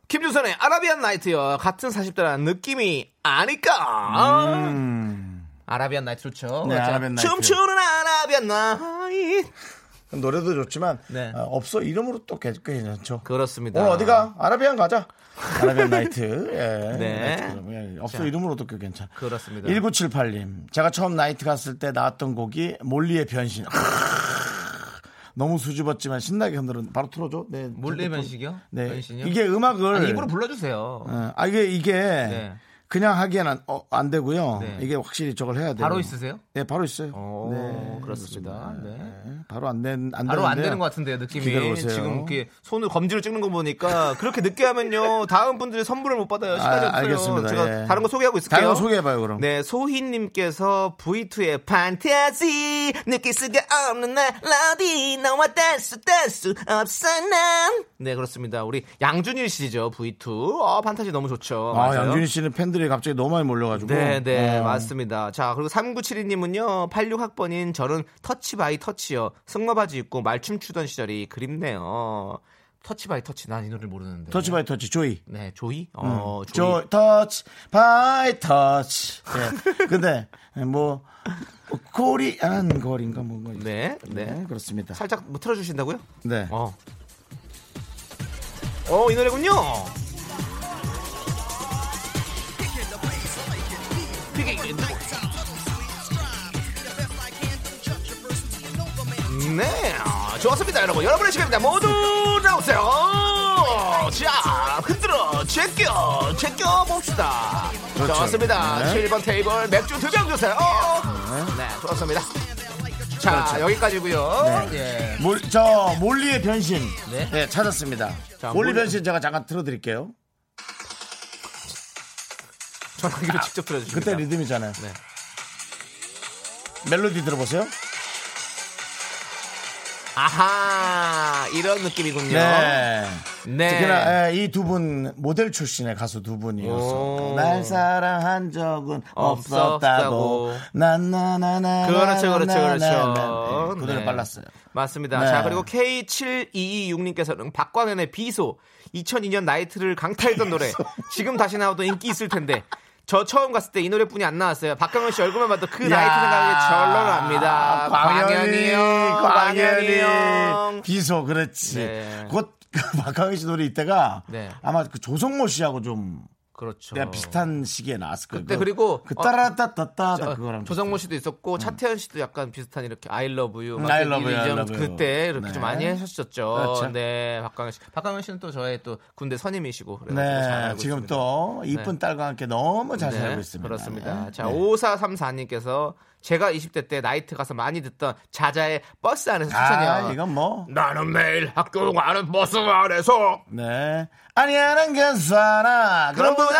[SPEAKER 2] 김준선의 아라비안 나이트요. 같은 40대라는 느낌이 아니까.
[SPEAKER 1] 음.
[SPEAKER 2] 아라비안 나이트 좋죠.
[SPEAKER 1] 네,
[SPEAKER 2] 맞아요.
[SPEAKER 1] 아라비안 나이트.
[SPEAKER 2] 춤추는 아라비안 나이트.
[SPEAKER 1] 노래도 좋지만
[SPEAKER 2] 네.
[SPEAKER 1] 어, 없어 이름으로 또 꽤- 꽤 괜찮죠.
[SPEAKER 2] 그렇습니다.
[SPEAKER 1] 오늘 어디가? 아라비안 가자. 아라비안 나이트. 예.
[SPEAKER 2] 네.
[SPEAKER 1] 나이트 그럼, 예. 없어
[SPEAKER 2] 자.
[SPEAKER 1] 이름으로도 꽤 괜찮아.
[SPEAKER 2] 그렇습니다.
[SPEAKER 1] 1978님. 제가 처음 나이트 갔을 때 나왔던 곡이 몰리의 변신. 너무 수줍었지만 신나게 흔들은 바로 틀어줘. 네.
[SPEAKER 2] 몰래
[SPEAKER 1] 핸드폰.
[SPEAKER 2] 변신이요?
[SPEAKER 1] 네.
[SPEAKER 2] 변신이요?
[SPEAKER 1] 이게 음악을
[SPEAKER 2] 아니, 입으로 불러주세요.
[SPEAKER 1] 예. 네. 아 이게 이게
[SPEAKER 2] 네.
[SPEAKER 1] 그냥 하기엔 안, 어, 안 되고요.
[SPEAKER 2] 네.
[SPEAKER 1] 이게 확실히 저걸 해야 돼요.
[SPEAKER 2] 바로 있으세요?
[SPEAKER 1] 네, 바로 있어요.
[SPEAKER 2] 오,
[SPEAKER 1] 네,
[SPEAKER 2] 그렇습니다. 네.
[SPEAKER 1] 네, 바로 안 된, 안
[SPEAKER 2] 바로 안
[SPEAKER 1] 되는데요.
[SPEAKER 2] 되는 것 같은데요, 느낌이.
[SPEAKER 1] 기다려보세요.
[SPEAKER 2] 지금 이렇게 손을 검지로 찍는 거 보니까 그렇게 늦게 하면요, 다음 분들이 선물을 못 받아요. 시간이
[SPEAKER 1] 아,
[SPEAKER 2] 없어요.
[SPEAKER 1] 알겠습니다.
[SPEAKER 2] 제가
[SPEAKER 1] 예.
[SPEAKER 2] 다른 거 소개하고 있을게요.
[SPEAKER 1] 다른 거 소개해봐요, 그럼.
[SPEAKER 2] 네, 소희님께서 V2의 판타지 느낄 수가 없는 날 러비 너와 댄스 댄스 없어 난. 네, 그렇습니다. 우리 양준일 씨죠, V2. 어, 판타지 너무 좋죠.
[SPEAKER 1] 아,
[SPEAKER 2] 맞아요.
[SPEAKER 1] 양준희 씨는 팬들이 갑자기 너무 많이 몰려가지고.
[SPEAKER 2] 네, 네,
[SPEAKER 1] 어.
[SPEAKER 2] 맞습니다. 자, 그리고 3972님은요, 86학번인 저는 터치 바이 터치요. 승마바지 입고 말춤 추던 시절이 그립네요. 터치 바이 터치, 난 이 노래를 모르는데.
[SPEAKER 1] 터치 바이 터치, 조이.
[SPEAKER 2] 네, 조이? 어, 조이.
[SPEAKER 1] 조, 터치 바이 터치. 예. 근데, 뭐, 뭐, 코리안 걸인가 뭔가.
[SPEAKER 2] 네, 네.
[SPEAKER 1] 네, 그렇습니다.
[SPEAKER 2] 살짝 뭐 틀어주신다고요?
[SPEAKER 1] 네.
[SPEAKER 2] 어. 어, 이 노래군요. 네, 좋습니다, 여러분. 여러분의 시간입니다. 모두 나오세요. 자, 흔들어, 제껴, 제껴 봅시다.
[SPEAKER 1] 그렇죠.
[SPEAKER 2] 좋습니다.
[SPEAKER 1] 네.
[SPEAKER 2] 7번 테이블 맥주 두 병 주세요. 네, 좋습니다. 자,
[SPEAKER 1] 그렇죠.
[SPEAKER 2] 여기까지고요
[SPEAKER 1] 네.
[SPEAKER 2] 예.
[SPEAKER 1] 몰, 저, 몰리의 변신.
[SPEAKER 2] 네.
[SPEAKER 1] 네. 찾았습니다.
[SPEAKER 2] 자,
[SPEAKER 1] 몰리
[SPEAKER 2] 몰리-
[SPEAKER 1] 변신 제가 잠깐 틀어드릴게요.
[SPEAKER 2] 전화기로 직접 들어주십니다.
[SPEAKER 1] 아, 그때 리듬이잖아요.
[SPEAKER 2] 네.
[SPEAKER 1] 멜로디 들어보세요.
[SPEAKER 2] 아하 이런 느낌이군요.
[SPEAKER 1] 네.
[SPEAKER 2] 네.
[SPEAKER 1] 특히나 예. 이 두 분 모델 출신의 가수 두 분이어서
[SPEAKER 2] 오.
[SPEAKER 1] 날 사랑한 적은
[SPEAKER 2] 없었다고.
[SPEAKER 1] 없었다고. 나나나나.
[SPEAKER 2] 그렇죠, 그렇죠,
[SPEAKER 1] 나나나나.
[SPEAKER 2] 그렇죠.
[SPEAKER 1] 네, 그 노래
[SPEAKER 2] 네.
[SPEAKER 1] 빨랐어요.
[SPEAKER 2] 맞습니다.
[SPEAKER 1] 네.
[SPEAKER 2] 자 그리고 K7226님께서는 박광현의 비소 2002년 나이트를 강타했던 노래 지금 다시 나와도 인기 있을 텐데 저 처음 갔을 때 이 노래뿐이 안 나왔어요. 박광현 씨 얼굴만 봐도 그
[SPEAKER 1] 야.
[SPEAKER 2] 나이트 생각이 절로 납니다.
[SPEAKER 1] 광현이,
[SPEAKER 2] 광현이요, 광현이
[SPEAKER 1] 광현이.
[SPEAKER 2] 형.
[SPEAKER 1] 비소, 그렇지.
[SPEAKER 2] 네.
[SPEAKER 1] 곧그 박광희 씨 노래 이때가
[SPEAKER 2] 네.
[SPEAKER 1] 아마 그 조성모 씨하고 좀
[SPEAKER 2] 그렇죠.
[SPEAKER 1] 내가 비슷한 시기에 나왔을 거예요.
[SPEAKER 2] 그때
[SPEAKER 1] 그-
[SPEAKER 2] 그리고
[SPEAKER 1] 그
[SPEAKER 2] 어,
[SPEAKER 1] 따라따따따
[SPEAKER 2] 저- 어,
[SPEAKER 1] 그거랑
[SPEAKER 2] 아, 조성모 씨도 있었고 차태현 씨도 약간 비슷한 이렇게 I love you,
[SPEAKER 1] 음,
[SPEAKER 2] 막
[SPEAKER 1] I
[SPEAKER 2] 이
[SPEAKER 1] love you, I
[SPEAKER 2] 이름
[SPEAKER 1] love you.
[SPEAKER 2] 그때 이렇게
[SPEAKER 1] 네.
[SPEAKER 2] 좀 많이 하셨었죠.
[SPEAKER 1] 그렇죠.
[SPEAKER 2] 네, 박강현 씨. 박강현 씨는 또 저의 또 군대 선임이시고 그래가지고 잘
[SPEAKER 1] 네,
[SPEAKER 2] 알고
[SPEAKER 1] 지금
[SPEAKER 2] 있습니다.
[SPEAKER 1] 또 이쁜
[SPEAKER 2] 네.
[SPEAKER 1] 딸과 함께 너무 잘
[SPEAKER 2] 네,
[SPEAKER 1] 살고 있습니다.
[SPEAKER 2] 그렇습니다.
[SPEAKER 1] 네.
[SPEAKER 2] 자,
[SPEAKER 1] 네.
[SPEAKER 2] 5434님께서 제가 20대 때 나이트 가서 많이 듣던 자자의 버스 안에서 추천이요.
[SPEAKER 1] 아, 이건 뭐.
[SPEAKER 2] 나는 매일 학교 가는 버스 안에서
[SPEAKER 1] 네. 아니야, 난 괜찮아.
[SPEAKER 2] 그런 분은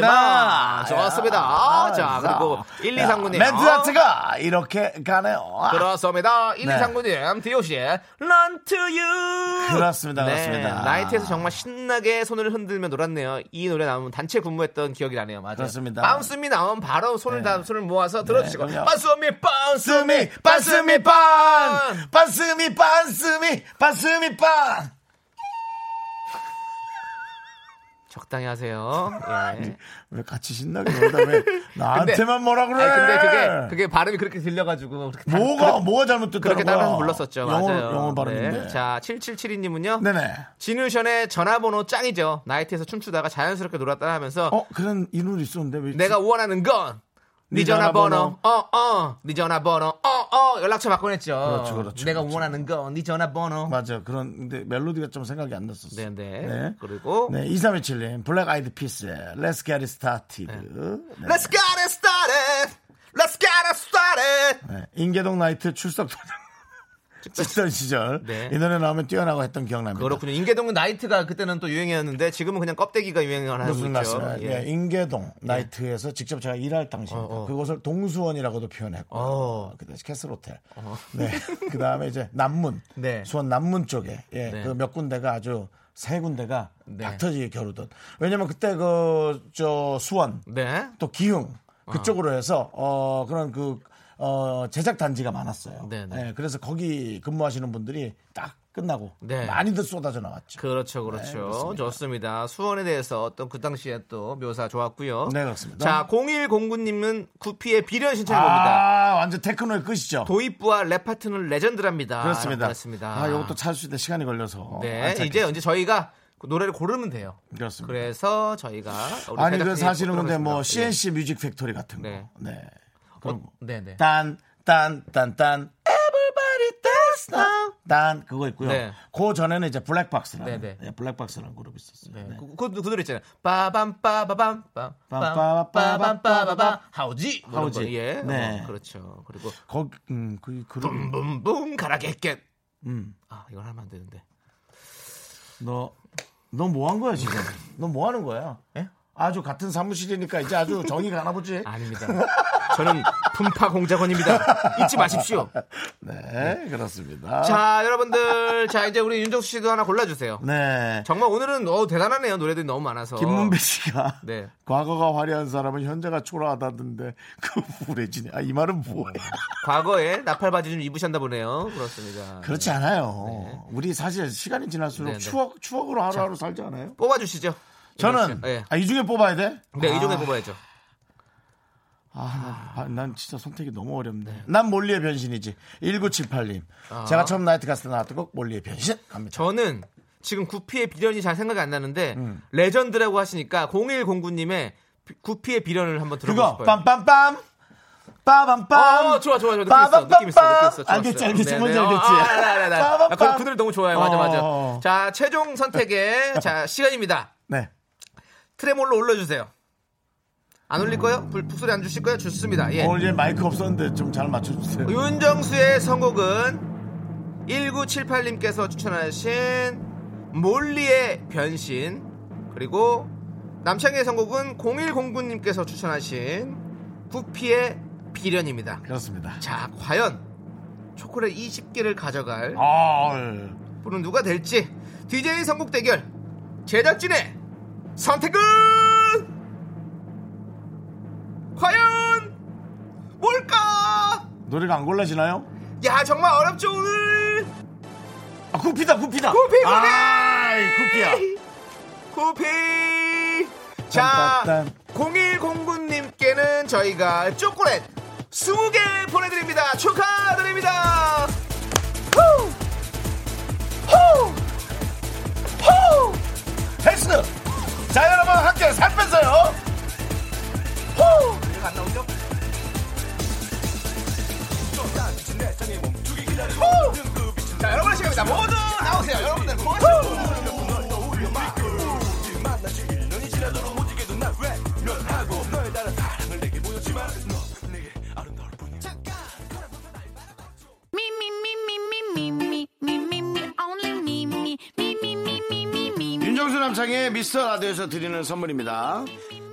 [SPEAKER 2] 갔습니다. 좋았습니다. 아, 자, 그리고 1239 님.
[SPEAKER 1] 멘트 자체가 이렇게 가네요. 아,
[SPEAKER 2] 그렇습니다. 1 2
[SPEAKER 1] 네.
[SPEAKER 2] 3 9님 DOC의 Run to You.
[SPEAKER 1] 그렇습니다, 그렇습니다.
[SPEAKER 2] 네, 나이트에서 정말 신나게 손을 흔들며 놀았네요. 이 노래 나오면 단체 근무했던 기억이 나네요. 맞아요.
[SPEAKER 1] 그렇습니다. 네.
[SPEAKER 2] 바운스미 나오면 바로 손을 다 손을 모아서 들어주시고
[SPEAKER 1] 그럼요.
[SPEAKER 2] 바운스미 바운스.
[SPEAKER 1] 빤스미, 빤스미, 빤! 빤스미, 빤스미, 빤스미, 빤!
[SPEAKER 2] 적당히 하세요. 예.
[SPEAKER 1] 왜 같이 신나게 놀다 왜 나한테만 뭐라 그래?
[SPEAKER 2] 아니, 근데 그게 그게 발음이 그렇게 들려가지고 그렇게 다-
[SPEAKER 1] 뭐가 뭐가 잘못됐다고
[SPEAKER 2] 그렇게 따라서 불렀었죠.
[SPEAKER 1] 그러니까. 영어,
[SPEAKER 2] 맞아요.
[SPEAKER 1] 영어 발음인데.
[SPEAKER 2] 네. 자, 7772님은요.
[SPEAKER 1] 네네.
[SPEAKER 2] 진우션의 전화번호 짱이죠. 나이트에서 춤추다가 자연스럽게 놀았다 하면서
[SPEAKER 1] 어 그런 이 노래 있었는데 왜?
[SPEAKER 2] 내가 원하는 건.
[SPEAKER 1] 네
[SPEAKER 2] 네 전화번호,
[SPEAKER 1] 전화번호.
[SPEAKER 2] 어, 어, 네 전화번호, 어, 어, 연락처 바꿔냈죠.
[SPEAKER 1] 그렇죠, 그렇죠,
[SPEAKER 2] 내가
[SPEAKER 1] 그렇죠.
[SPEAKER 2] 원하는 건, 네 전화번호.
[SPEAKER 1] 맞아 그런 근데 멜로디가 좀 생각이 안 났었어.
[SPEAKER 2] 네, 네.
[SPEAKER 1] 네.
[SPEAKER 2] 그리고,
[SPEAKER 1] 네 2327님 블랙 아이드 피스의 Let's Get It Started. 네.
[SPEAKER 2] Let's get it started! Let's get it started!
[SPEAKER 1] 네. 인계동 나이트 출석 찍던 시절
[SPEAKER 2] 네.
[SPEAKER 1] 이 노래 나오면 뛰어나고 했던 기억납니다.
[SPEAKER 2] 그렇군요. 인계동은 나이트가 그때는 또 유행이었는데, 지금은 그냥 껍데기가 유행을 하고
[SPEAKER 1] 무슨
[SPEAKER 2] 있죠.
[SPEAKER 1] 말씀이에요?
[SPEAKER 2] 예.
[SPEAKER 1] 예, 인계동 나이트에서 직접 제가 일할 당시입니다.
[SPEAKER 2] 어, 어.
[SPEAKER 1] 그것을 동수원이라고도 표현했고,
[SPEAKER 2] 어.
[SPEAKER 1] 그다음 캐슬 호텔, 네, 그 다음에 이제 남문,
[SPEAKER 2] 네.
[SPEAKER 1] 수원 남문 쪽에 예,
[SPEAKER 2] 네.
[SPEAKER 1] 그 몇 군데가 아주 세 군데가
[SPEAKER 2] 네.
[SPEAKER 1] 닥터지게 겨루던. 왜냐면 그때 그 저 수원
[SPEAKER 2] 네.
[SPEAKER 1] 또 기흥 그쪽으로 해서 어 그런 그 어, 제작 단지가 많았어요.
[SPEAKER 2] 네네.
[SPEAKER 1] 예, 그래서 거기 근무하시는 분들이 딱 끝나고
[SPEAKER 2] 네.
[SPEAKER 1] 많이들 쏟아져 나왔죠.
[SPEAKER 2] 그렇죠, 그렇죠. 좋습니다. 수원에 대해서 어떤 그 당시에 또 묘사 좋았고요.
[SPEAKER 1] 네, 그렇습니다.
[SPEAKER 2] 자, 0109님은 구피의 비련 신청해 봅니다.
[SPEAKER 1] 아, 완전 테크노의 끝이죠.
[SPEAKER 2] 도입부와 랩 파트는 레전드랍니다.
[SPEAKER 1] 그렇습니다.
[SPEAKER 2] 그렇습니다.
[SPEAKER 1] 아, 요것도 찾으실 때 시간이 걸려서. 안
[SPEAKER 2] 네,
[SPEAKER 1] 찾겠어요.
[SPEAKER 2] 이제 이제 저희가 그 노래를 고르면 돼요.
[SPEAKER 1] 그렇습니다.
[SPEAKER 2] 그래서 저희가 우리
[SPEAKER 1] 아니, 그
[SPEAKER 2] 제작진이
[SPEAKER 1] 사실은 근데
[SPEAKER 2] 고르겠습니다.
[SPEAKER 1] 뭐
[SPEAKER 2] 예.
[SPEAKER 1] CNC 뮤직 팩토리 같은 거.
[SPEAKER 2] 네.
[SPEAKER 1] 네.
[SPEAKER 2] 어,
[SPEAKER 1] 그런 거.
[SPEAKER 2] 네네.
[SPEAKER 1] 딴, 딴, 딴, 딴. Everybody dance now. 딴, 그거 있고요.
[SPEAKER 2] 네.
[SPEAKER 1] 그 전에는 이제 블랙박스라는.
[SPEAKER 2] 네, 네.
[SPEAKER 1] 예, 블랙박스라는 그룹이 있었어요.
[SPEAKER 2] 네.
[SPEAKER 1] 네.
[SPEAKER 2] 그, 그, 그 노래 있잖아요. 빠밤 빠바밤 빠밤
[SPEAKER 1] 빰빠바밤,
[SPEAKER 2] 빠바밤 하우지 뭐 이런
[SPEAKER 1] 하우지.
[SPEAKER 2] 거. 예.
[SPEAKER 1] 네.
[SPEAKER 2] 어, 그렇죠. 그리고
[SPEAKER 1] 거기, 음, 그 그룹.
[SPEAKER 2] 붐붐붐 가라겠겠.
[SPEAKER 1] 음.
[SPEAKER 2] 아, 이걸 하면 안 되는데.
[SPEAKER 1] 너, 너 뭐 한 거야, 지금? 너 뭐 하는 거야?
[SPEAKER 2] 예?
[SPEAKER 1] 아주 같은 사무실이니까 이제 아주 정이 가나 보지.
[SPEAKER 2] 아닙니다. 저는 분파 공작원입니다. 잊지 마십시오.
[SPEAKER 1] 네, 그렇습니다.
[SPEAKER 2] 자, 여러분들. 자, 이제 우리 윤정수 씨도 하나 골라주세요.
[SPEAKER 1] 네.
[SPEAKER 2] 정말 오늘은 어 대단하네요. 노래들이 너무 많아서.
[SPEAKER 1] 김문배 씨가
[SPEAKER 2] 네.
[SPEAKER 1] 과거가 화려한 사람은 현재가 초라하다던데 그 우울해지네. 아, 이 말은 뭐야?
[SPEAKER 2] 과거에 나팔바지 좀 입으셨나 보네요. 그렇습니다.
[SPEAKER 1] 그렇지 않아요. 우리 사실 시간이 지날수록
[SPEAKER 2] 네, 네.
[SPEAKER 1] 추억 추억으로 하루하루 살지 않아요?
[SPEAKER 2] 뽑아주시죠.
[SPEAKER 1] 저는
[SPEAKER 2] 네,
[SPEAKER 1] 아, 이 중에 뽑아야 돼?
[SPEAKER 2] 네 이종에 뽑아야죠.
[SPEAKER 1] 아, 난- 난 진짜 선택이 너무 어렵네. 난 몰리의 변신이지. 1978님.
[SPEAKER 2] 아.
[SPEAKER 1] 제가 처음 나이트 갔을 때 나왔던 곡 몰리의 변신 갑니다.
[SPEAKER 2] 저는 지금 구피의 비련이 잘 생각이 안 나는데
[SPEAKER 1] 음.
[SPEAKER 2] 레전드라고 하시니까 0109님의 구피의 비련을 한번
[SPEAKER 1] 그거
[SPEAKER 2] 들어보고 싶어요.
[SPEAKER 1] 빰빰빰 빠밤빰
[SPEAKER 2] 어, 좋아, 좋아, 좋아. 느낌 있어,
[SPEAKER 1] 빠밤빰빰.
[SPEAKER 2] 느낌 있어, 느낌 있어. 좋았어요.
[SPEAKER 1] 알겠지, 알겠지,
[SPEAKER 2] 네,
[SPEAKER 1] 뭔지
[SPEAKER 2] 네.
[SPEAKER 1] 알겠지.
[SPEAKER 2] 어, 아, 아, 아, 아, 아.
[SPEAKER 1] 빠밤빰.
[SPEAKER 2] 그, 그 노래 너무 좋아요. 맞아, 맞아.
[SPEAKER 1] 어.
[SPEAKER 2] 자, 최종 선택의 자 시간입니다.
[SPEAKER 1] 네.
[SPEAKER 2] 트레몰로 올려주세요. 안 올릴 거예요? 불, 북소리 안 주실 거예요? 좋습니다. 예.
[SPEAKER 1] 오늘 이제 마이크 없었는데 좀 잘
[SPEAKER 2] 어,
[SPEAKER 1] 맞춰주세요.
[SPEAKER 2] 윤정수의 선곡은 1978님께서 추천하신 몰리의 변신 그리고 남창희의 선곡은 0109님께서 추천하신 구피의 비련입니다.
[SPEAKER 1] 그렇습니다.
[SPEAKER 2] 자, 과연 초콜릿 20개를 가져갈
[SPEAKER 1] 아,
[SPEAKER 2] 분은 누가 될지 DJ 선곡 대결 제작진의 선택은 과연 뭘까?
[SPEAKER 1] 노래가 안 골라지나요?
[SPEAKER 2] 야 정말 어렵죠 오늘
[SPEAKER 1] 아, 구피다, 구피다.
[SPEAKER 2] 구피, 구피!
[SPEAKER 1] 아,
[SPEAKER 2] 네,
[SPEAKER 1] 구피야.
[SPEAKER 2] 구피 자
[SPEAKER 1] 딴,
[SPEAKER 2] 0109님께는 저희가 초콜릿 20개 보내드립니다 축하드립니다 후! 후! 후!
[SPEAKER 1] 헬스. 자, 여러분 함께 살 뺐어요.
[SPEAKER 2] 후! 이거 안 나오죠? 후! 자 여러분의 시간입니다 모두 나오세요 여러분들 모두
[SPEAKER 5] 지나도록 무지개도 날 외면하고 너에 따라 사랑을 내게 보였지만 넌 내게 아름다울 뿐이야 윤정수 남창의 미스터 라디오에서 드리는 선물입니다.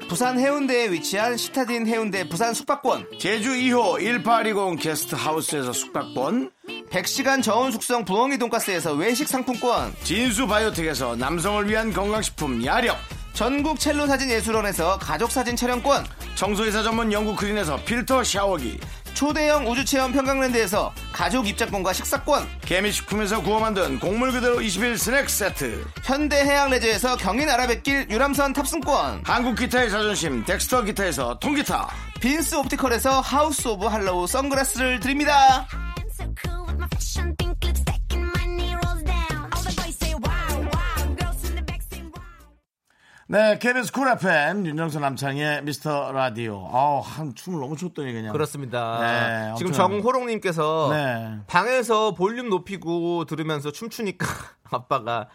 [SPEAKER 2] 부산 해운대에 위치한 시타딘 해운대 부산 숙박권
[SPEAKER 5] 제주 2호 1820 게스트 하우스에서 숙박권,
[SPEAKER 2] 100시간 저온 숙성 부엉이 돈가스에서 외식 상품권
[SPEAKER 5] 진수 바이오텍에서 남성을 위한 건강식품 야력,
[SPEAKER 2] 전국 첼로 사진 예술원에서 가족 사진 촬영권
[SPEAKER 5] 청소이사 전문 영국 크린에서 필터 샤워기,
[SPEAKER 2] 초대형 우주체험 평강랜드에서 가족 입장권과 식사권
[SPEAKER 5] 개미식품에서 구워 만든 곡물 그대로 21 스낵 세트,
[SPEAKER 2] 현대해양레저에서 경인아라뱃길 유람선 탑승권
[SPEAKER 5] 한국 기타의 자존심 덱스터 기타에서 통기타,
[SPEAKER 2] 빈스 옵티컬에서 하우스 오브 할로우 선글라스를 드립니다
[SPEAKER 4] I'm so cool with my fashion, pink lipstick, and my knee rolls down. All the boys say wow, wow. Girls in the back say wow.
[SPEAKER 1] 네, KBS 쿨 FM 윤정수 남창의 미스터 라디오. 아우 한 춤을 너무 췄더니 그냥.
[SPEAKER 2] 그렇습니다.
[SPEAKER 1] 네,
[SPEAKER 2] 지금
[SPEAKER 1] 엄청-
[SPEAKER 2] 정호롱님께서
[SPEAKER 1] 네.
[SPEAKER 2] 방에서 볼륨 높이고 들으면서 춤추니까 아빠가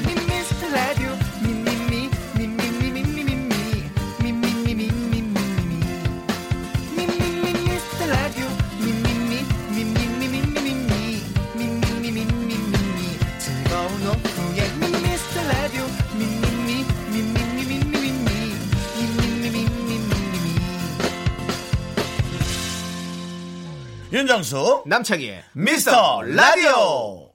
[SPEAKER 6] 미스터 라디오 미미미 미미미 미미미 미미미 미미미 미미미
[SPEAKER 1] 윤정수
[SPEAKER 2] 남창희의
[SPEAKER 1] 미스터 라디오.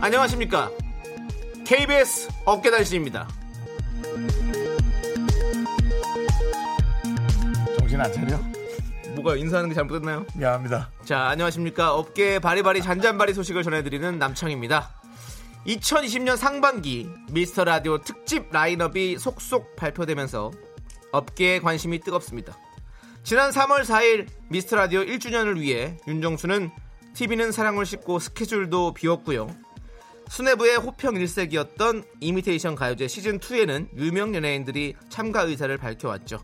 [SPEAKER 2] 안녕하십니까. KBS 어깨단신입니다.
[SPEAKER 1] 정신 안 차려?
[SPEAKER 2] 뭐가 인사하는 게 잘못됐나요?
[SPEAKER 1] 미안합니다.
[SPEAKER 2] 자, 안녕하십니까. 업계 바리바리 잔잔바리 소식을 전해드리는 남창입니다. 2020년 상반기 미스터 라디오 특집 라인업이 속속 발표되면서 업계의 관심이 뜨겁습니다. 지난 3월 4일 미스터 라디오 1주년을 위해 윤정수는 TV는 사랑을 싣고 스케줄도 비웠고요. 수뇌부의 호평 일색이었던 이미테이션 가요제 시즌2에는 유명 연예인들이 참가 의사를 밝혀왔죠.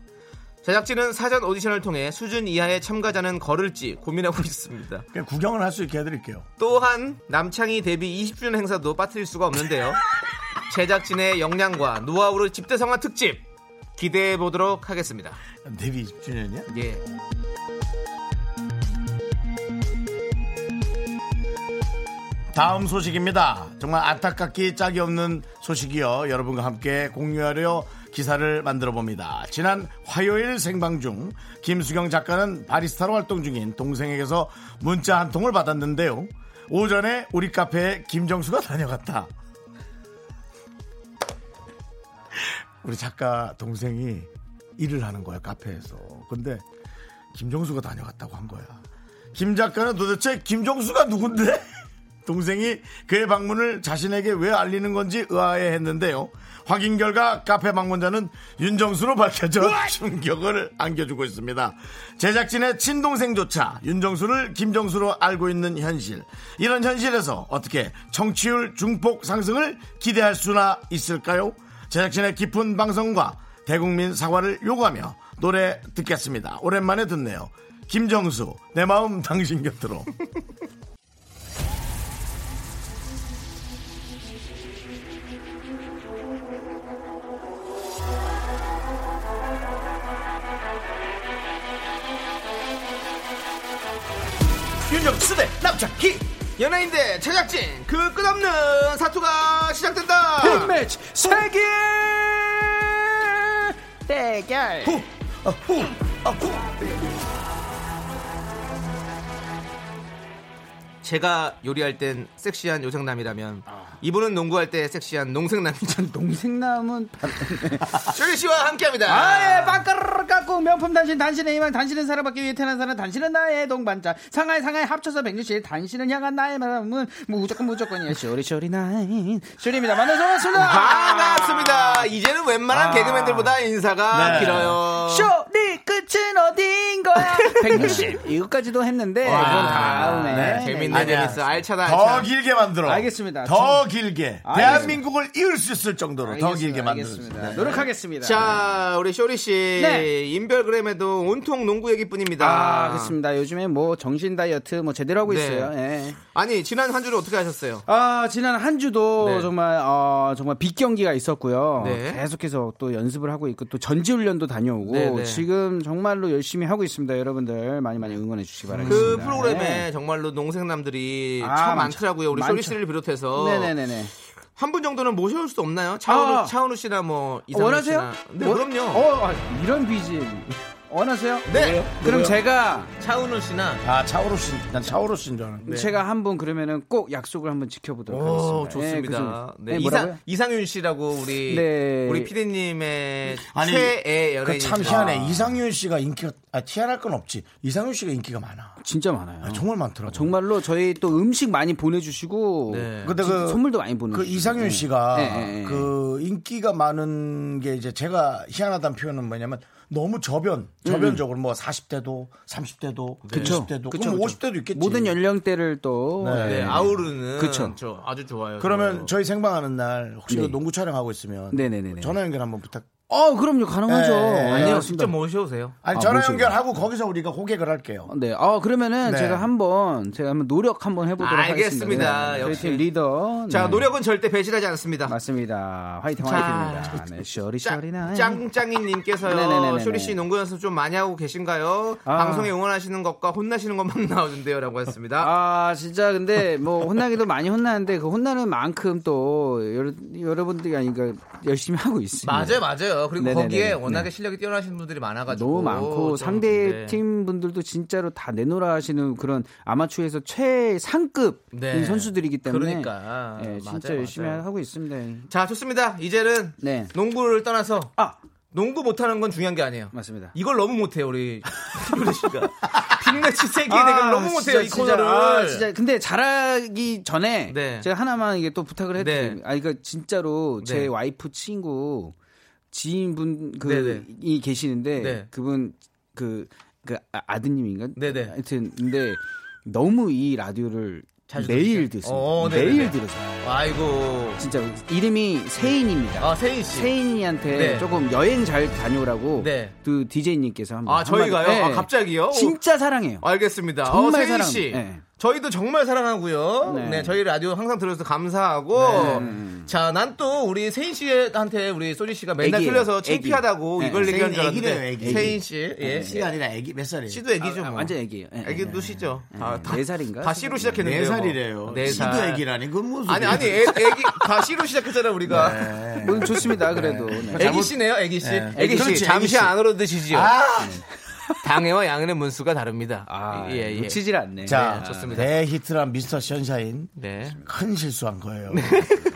[SPEAKER 2] 제작진은 사전 오디션을 통해 수준 이하의 참가자는 걸을지 고민하고 있습니다.
[SPEAKER 1] 그냥 구경을 할 수 있게 해드릴게요.
[SPEAKER 2] 또한 남창희 데뷔 20주년 행사도 빠뜨릴 수가 없는데요. 제작진의 역량과 노하우를 집대성화 특집 기대해 보도록 하겠습니다.
[SPEAKER 1] 데뷔 20주년이야?
[SPEAKER 2] 예.
[SPEAKER 1] 다음 소식입니다. 정말 안타깝기 짝이 없는 소식이요. 여러분과 함께 공유하려 기사를 만들어 봅니다. 지난 화요일 생방 중 김수경 작가는 바리스타로 활동 중인 동생에게서 문자 한 통을 받았는데요. 오전에 우리 카페에 김정수가 다녀갔다. 우리 작가 동생이 일을 하는 거야 카페에서. 근데 김정수가 다녀갔다고 한 거야. 김 작가는 도대체 김정수가 누군데? 동생이 그의 방문을 자신에게 왜 알리는 건지 의아해 했는데요. 확인 결과 카페 방문자는 윤정수로 밝혀져 충격을 안겨주고 있습니다. 제작진의 친동생조차 윤정수를 김정수로 알고 있는 현실. 이런 현실에서 어떻게 청취율 중폭 상승을 기대할 수나 있을까요? 제작진의 깊은 방송과 대국민 사과를 요구하며 노래 듣겠습니다. 오랜만에 듣네요. 김정수, 내 마음 당신 곁으로. 윤정수 수대 남자 키
[SPEAKER 2] 연예인대 제작진 그 끝없는 사투가 시작된다.
[SPEAKER 1] 빅매치 세계 대결 후, 아, 후, 아, 후.
[SPEAKER 2] 제가 요리할 땐 섹시한 요정남이라면 이분은 농구할 때 섹시한 농생남이죠.
[SPEAKER 7] 동생남은
[SPEAKER 2] 쇼리 씨와 함께합니다.
[SPEAKER 7] 아예 빵까르르 깎고 명품 단신 단신의 희망 단신은 사랑받기 위해 태어난 사람 단신은 나의 동반자 상하이 상하이 합쳐서 160 단신을 향한 나의 마음은 무조건 무조건이에요 예, 쇼리 쇼리 나인 쇼리입니다 만나서 반갑습니다
[SPEAKER 2] 반갑습니다. 아, 이제는 웬만한 개그맨들보다 인사가 길어요.
[SPEAKER 7] 쇼리 끝은 어디인 거야 160 이것까지도 했는데
[SPEAKER 2] 아,
[SPEAKER 7] 그건 다음에
[SPEAKER 2] 네, 재밌네,
[SPEAKER 1] 아니야.
[SPEAKER 2] 재밌어. 알차다,
[SPEAKER 1] 더
[SPEAKER 2] 알차.
[SPEAKER 1] 길게 만들어
[SPEAKER 7] 알겠습니다.
[SPEAKER 1] 더 길게
[SPEAKER 7] 알겠습니다.
[SPEAKER 1] 대한민국을 이을 수 있을 정도로 더
[SPEAKER 7] 알겠습니다,
[SPEAKER 1] 길게 네.
[SPEAKER 7] 알겠습니다.
[SPEAKER 1] 만들어
[SPEAKER 7] 노력하겠습니다
[SPEAKER 2] 자, 우리 쇼리 씨.
[SPEAKER 7] 네.
[SPEAKER 2] 인별그램에도 온통 농구 얘기뿐입니다.
[SPEAKER 7] 아 그렇습니다 요즘에 뭐 정신 다이어트 뭐 제대로 하고
[SPEAKER 2] 네.
[SPEAKER 7] 있어요 예.
[SPEAKER 2] 아니, 지난 한 주를 어떻게 하셨어요?
[SPEAKER 7] 아, 지난 한 주도
[SPEAKER 2] 네.
[SPEAKER 7] 정말, 어, 정말 빅 경기가 있었고요.
[SPEAKER 2] 네.
[SPEAKER 7] 계속해서 또 연습을 하고 있고, 또 전지훈련도 다녀오고,
[SPEAKER 2] 네, 네.
[SPEAKER 7] 지금 정말로 열심히 하고 있습니다. 여러분들 많이 많이 응원해 주시기 바라겠습니다.
[SPEAKER 2] 그 프로그램에
[SPEAKER 7] 네.
[SPEAKER 2] 정말로 농생남들이
[SPEAKER 7] 아,
[SPEAKER 2] 참
[SPEAKER 7] 많죠.
[SPEAKER 2] 많더라고요. 우리
[SPEAKER 7] 많죠.
[SPEAKER 2] 쇼리 씨를 비롯해서.
[SPEAKER 7] 네네네네.
[SPEAKER 2] 한 분 정도는 모셔올 수 없나요? 차은우,
[SPEAKER 7] 아.
[SPEAKER 2] 차은우 씨나 뭐, 이상민
[SPEAKER 7] 원하세요?
[SPEAKER 2] 씨나. 네,
[SPEAKER 7] 원-
[SPEAKER 2] 그럼요.
[SPEAKER 7] 어, 아, 이런 비지 원하세요?
[SPEAKER 2] 네.
[SPEAKER 7] 그럼 제가,
[SPEAKER 2] 차은우 씨나.
[SPEAKER 1] 아 차오로 씨난 차오로 씨인 줄 알았는데
[SPEAKER 7] 제가 한 번 그러면은 꼭 약속을 한번 지켜보도록
[SPEAKER 2] 네. 오,
[SPEAKER 7] 하겠습니다. 예,
[SPEAKER 2] 좋습니다.
[SPEAKER 7] 그래서-
[SPEAKER 2] 네,
[SPEAKER 7] 네, 뭐라고요?
[SPEAKER 2] 이상, 이상윤 씨라고 우리,
[SPEAKER 7] 네.
[SPEAKER 2] 우리 피디님의
[SPEAKER 1] 아니,
[SPEAKER 2] 최애 네.
[SPEAKER 1] 그
[SPEAKER 2] 연예인.
[SPEAKER 1] 참
[SPEAKER 7] 아.
[SPEAKER 1] 희한해 이상윤 씨가 인기가 아 티아랄 건 없지 이상윤 씨가 인기가 많아
[SPEAKER 7] 진짜 많아요.
[SPEAKER 1] 아, 정말 많더라고
[SPEAKER 7] 어. 정말로 저희 또 음식 많이 보내주시고
[SPEAKER 2] 네.
[SPEAKER 1] 근데 그-
[SPEAKER 7] 선물도 많이 보내주시고
[SPEAKER 1] 그 이상윤 씨가
[SPEAKER 7] 네, 네, 네.
[SPEAKER 1] 그 인기가 많은 게 이제 제가 희한하다는 표현은 뭐냐면 너무 저변 저변적으로 뭐 40대도 30대도
[SPEAKER 7] 음. 그쵸.
[SPEAKER 1] 20대도
[SPEAKER 7] 그쵸,
[SPEAKER 1] 그럼
[SPEAKER 7] 그쵸.
[SPEAKER 1] 50대도 있겠지
[SPEAKER 7] 모든 연령대를 또
[SPEAKER 1] 네.
[SPEAKER 2] 네, 아우르는
[SPEAKER 7] 그쵸.
[SPEAKER 2] 저 아주 좋아요.
[SPEAKER 1] 그러면
[SPEAKER 2] 저.
[SPEAKER 1] 저희 생방하는 날 혹시
[SPEAKER 7] 네.
[SPEAKER 1] 그 농구 촬영하고 있으면
[SPEAKER 7] 네, 네, 네, 네.
[SPEAKER 1] 전화 연결 한번 부탁
[SPEAKER 7] 어, 그럼요. 가능하죠.
[SPEAKER 1] 네, 네, 네.
[SPEAKER 2] 아니요,
[SPEAKER 7] 아니요.
[SPEAKER 2] 진짜 모셔오세요.
[SPEAKER 1] 아니
[SPEAKER 7] 아,
[SPEAKER 1] 전화
[SPEAKER 7] 뭐죠?
[SPEAKER 1] 연결하고 거기서 우리가 호객을 할게요
[SPEAKER 7] 네. 어, 그러면은
[SPEAKER 1] 네.
[SPEAKER 7] 제가 한번 제가 한번 노력 한번 해 보도록
[SPEAKER 2] 알겠습니다.
[SPEAKER 7] 하겠습니다. 네. 저희
[SPEAKER 2] 역시.
[SPEAKER 7] 팀 리더.
[SPEAKER 2] 자,
[SPEAKER 7] 네.
[SPEAKER 2] 노력은 절대 배신하지 않습니다.
[SPEAKER 7] 맞습니다. 화이팅
[SPEAKER 2] 자,
[SPEAKER 7] 화이팅입니다. 네. 쇼리 쇼리나.
[SPEAKER 2] 짱짱이님께서요,
[SPEAKER 7] 네네네네네.
[SPEAKER 2] 쇼리 씨 농구 연습 좀 많이 하고 계신가요?
[SPEAKER 7] 아.
[SPEAKER 2] 방송에 응원하시는 것과 혼나시는 것만 나오는데요라고 했습니다.
[SPEAKER 7] 아, 진짜 근데 뭐 혼나기도 많이 혼나는데 그 혼나는 만큼 또 여러, 여러분들이 아니까 열심히 하고 있습니다.
[SPEAKER 2] 맞아요, 맞아요. 그리고
[SPEAKER 7] 네네네네.
[SPEAKER 2] 거기에 워낙에 실력이 뛰어나신 분들이 많아가지고
[SPEAKER 7] 너무
[SPEAKER 2] 좀,
[SPEAKER 7] 많고 상대
[SPEAKER 2] 네.
[SPEAKER 7] 팀 분들도 진짜로 다 내놓으라 하시는 그런 아마추어에서 최상급
[SPEAKER 2] 네.
[SPEAKER 7] 선수들이기 때문에
[SPEAKER 2] 그러니까.
[SPEAKER 7] 예,
[SPEAKER 2] 맞아요,
[SPEAKER 7] 진짜
[SPEAKER 2] 맞아요.
[SPEAKER 7] 열심히 하고 있습니다.
[SPEAKER 2] 자, 좋습니다. 이제는
[SPEAKER 7] 네.
[SPEAKER 2] 농구를 떠나서
[SPEAKER 7] 아
[SPEAKER 2] 농구 못하는 건 중요한 게 아니에요.
[SPEAKER 7] 맞습니다.
[SPEAKER 2] 이걸 너무 못해요, 우리 쇼리 씨가. 빅매치 세계
[SPEAKER 7] 아,
[SPEAKER 2] 대결 너무
[SPEAKER 7] 진짜,
[SPEAKER 2] 못해요, 이
[SPEAKER 7] 진짜.
[SPEAKER 2] 코너를.
[SPEAKER 7] 아, 진짜. 근데 잘하기 전에
[SPEAKER 2] 네.
[SPEAKER 7] 제가 하나만 이게 또 부탁을 해도
[SPEAKER 2] 네.
[SPEAKER 7] 요 아, 그러니까 진짜로
[SPEAKER 2] 네.
[SPEAKER 7] 제 와이프 친구 지인분
[SPEAKER 2] 네네.
[SPEAKER 7] 그이 계시는데
[SPEAKER 2] 네.
[SPEAKER 7] 그분 그, 그 아- 아드님인가?
[SPEAKER 2] 네네.
[SPEAKER 7] 하여튼 근데 너무 이 라디오를
[SPEAKER 2] 자주 들으세요?
[SPEAKER 7] 매일 듣습니다.
[SPEAKER 2] 어, 네네네.
[SPEAKER 7] 매일 들어서
[SPEAKER 2] 아이고.
[SPEAKER 7] 진짜 이름이 세인입니다.
[SPEAKER 2] 아, 세인 씨.
[SPEAKER 7] 세인이한테
[SPEAKER 2] 네.
[SPEAKER 7] 조금 여행 잘 다녀오라고
[SPEAKER 2] 네.
[SPEAKER 7] 그 DJ님께서 한번
[SPEAKER 2] 아, 저희가요?
[SPEAKER 7] 한마디- 네.
[SPEAKER 2] 아, 갑자기요?
[SPEAKER 7] 진짜 사랑해요.
[SPEAKER 2] 알겠습니다.
[SPEAKER 7] 정말
[SPEAKER 2] 어, 세인
[SPEAKER 7] 사랑-
[SPEAKER 2] 씨.
[SPEAKER 7] 네.
[SPEAKER 2] 저희도 정말 사랑하고요. 네.
[SPEAKER 7] 네.
[SPEAKER 2] 저희 라디오 항상 들어서 감사하고. 자, 난 또 우리 세인 씨한테 우리 소리 씨가 맨날
[SPEAKER 7] 애기예요.
[SPEAKER 2] 틀려서
[SPEAKER 7] 애기.
[SPEAKER 2] 창피하다고
[SPEAKER 7] 네.
[SPEAKER 2] 이걸
[SPEAKER 1] 세인
[SPEAKER 2] 얘기한 줄 알았는데.
[SPEAKER 1] 애기래요, 애기.
[SPEAKER 2] 세인 씨. 예.
[SPEAKER 1] 씨가 아니라 애기 몇 살이에요?
[SPEAKER 2] 씨도 애기죠. 뭐.
[SPEAKER 7] 완전 애기예요. 예, 예,
[SPEAKER 2] 애기도
[SPEAKER 7] 예.
[SPEAKER 2] 씨죠. 다, 다,
[SPEAKER 7] 네 살인가?
[SPEAKER 2] 다 씨로 시작했는데.
[SPEAKER 1] 네 살이래요
[SPEAKER 2] 네 살.
[SPEAKER 1] 씨도 애기라니 그건 무슨
[SPEAKER 2] 아니,
[SPEAKER 1] 소리야.
[SPEAKER 2] 아니, 애, 애기. 다 씨로 시작했잖아, 우리가.
[SPEAKER 7] 뭐 좋습니다. 그래도 네.
[SPEAKER 2] 애기 씨네요, 애기 씨. 애기 씨,
[SPEAKER 1] 그렇지,
[SPEAKER 2] 잠시
[SPEAKER 1] 애기 씨.
[SPEAKER 2] 안으로 드시지요. 네. 당해와 양의 문수가 다릅니다.
[SPEAKER 7] 아,
[SPEAKER 2] 예, 예.
[SPEAKER 7] 놓치질 않네.
[SPEAKER 1] 자,
[SPEAKER 2] 네, 좋습니다.
[SPEAKER 1] 대히트란 미스터 션샤인
[SPEAKER 2] 네.
[SPEAKER 1] 큰 실수한 거예요.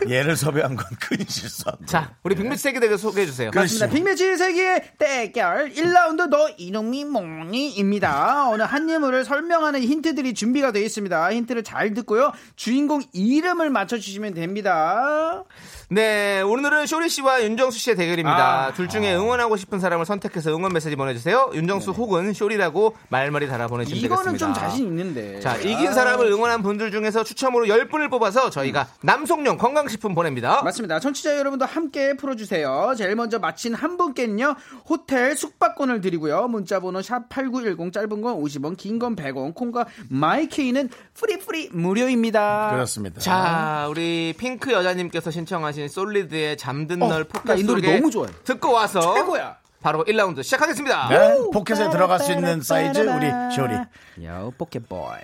[SPEAKER 1] 얘를 섭외한 건 큰 실수한 거예요.
[SPEAKER 2] 자, 우리 빅매치 세계 대결 소개해 주세요.
[SPEAKER 7] 맞습니다. 빅매치 세계 대결 1라운드 너 이놈이 뭐니입니다. 어느 한 인물을 설명하는 힌트들이 준비가 되어 있습니다. 힌트를 잘 듣고요. 주인공 이름을 맞춰주시면 됩니다.
[SPEAKER 2] 네, 오늘은 쇼리 씨와 윤정수 씨의
[SPEAKER 7] 아.
[SPEAKER 2] 대결입니다. 둘 중에 응원하고 싶은 사람을 선택해서 응원 메시지 보내주세요. 윤정수 혹은 쇼리라고 말머리 달아 보내주시면
[SPEAKER 7] 이거는
[SPEAKER 2] 되겠습니다.
[SPEAKER 7] 좀 자신 있는데.
[SPEAKER 2] 자, 이긴 사람을 응원한 분들 중에서 추첨으로 10분을 뽑아서 저희가 남송용 건강식품 보냅니다.
[SPEAKER 7] 음. 맞습니다. 청취자 여러분도 함께 풀어주세요. 제일 먼저 마친 한 분께는요, 호텔 숙박권을 드리고요. 문자번호 샵8910, 짧은 건 50원, 긴 건 100원, 콩과 마이케이는 프리프리 무료입니다.
[SPEAKER 1] 그렇습니다.
[SPEAKER 2] 자, 우리 핑크 여자님께서 신청하신 솔리드의 잠든 널 포켓
[SPEAKER 7] 어, 나이 노래
[SPEAKER 2] 속에
[SPEAKER 7] 너무 좋아요.
[SPEAKER 2] 듣고 와서
[SPEAKER 7] 최고야.
[SPEAKER 2] 바로 1라운드 시작하겠습니다.
[SPEAKER 1] 네, 포켓에 들어갈 수 있는 사이즈 우리 쇼리.
[SPEAKER 7] 요, 포켓보이.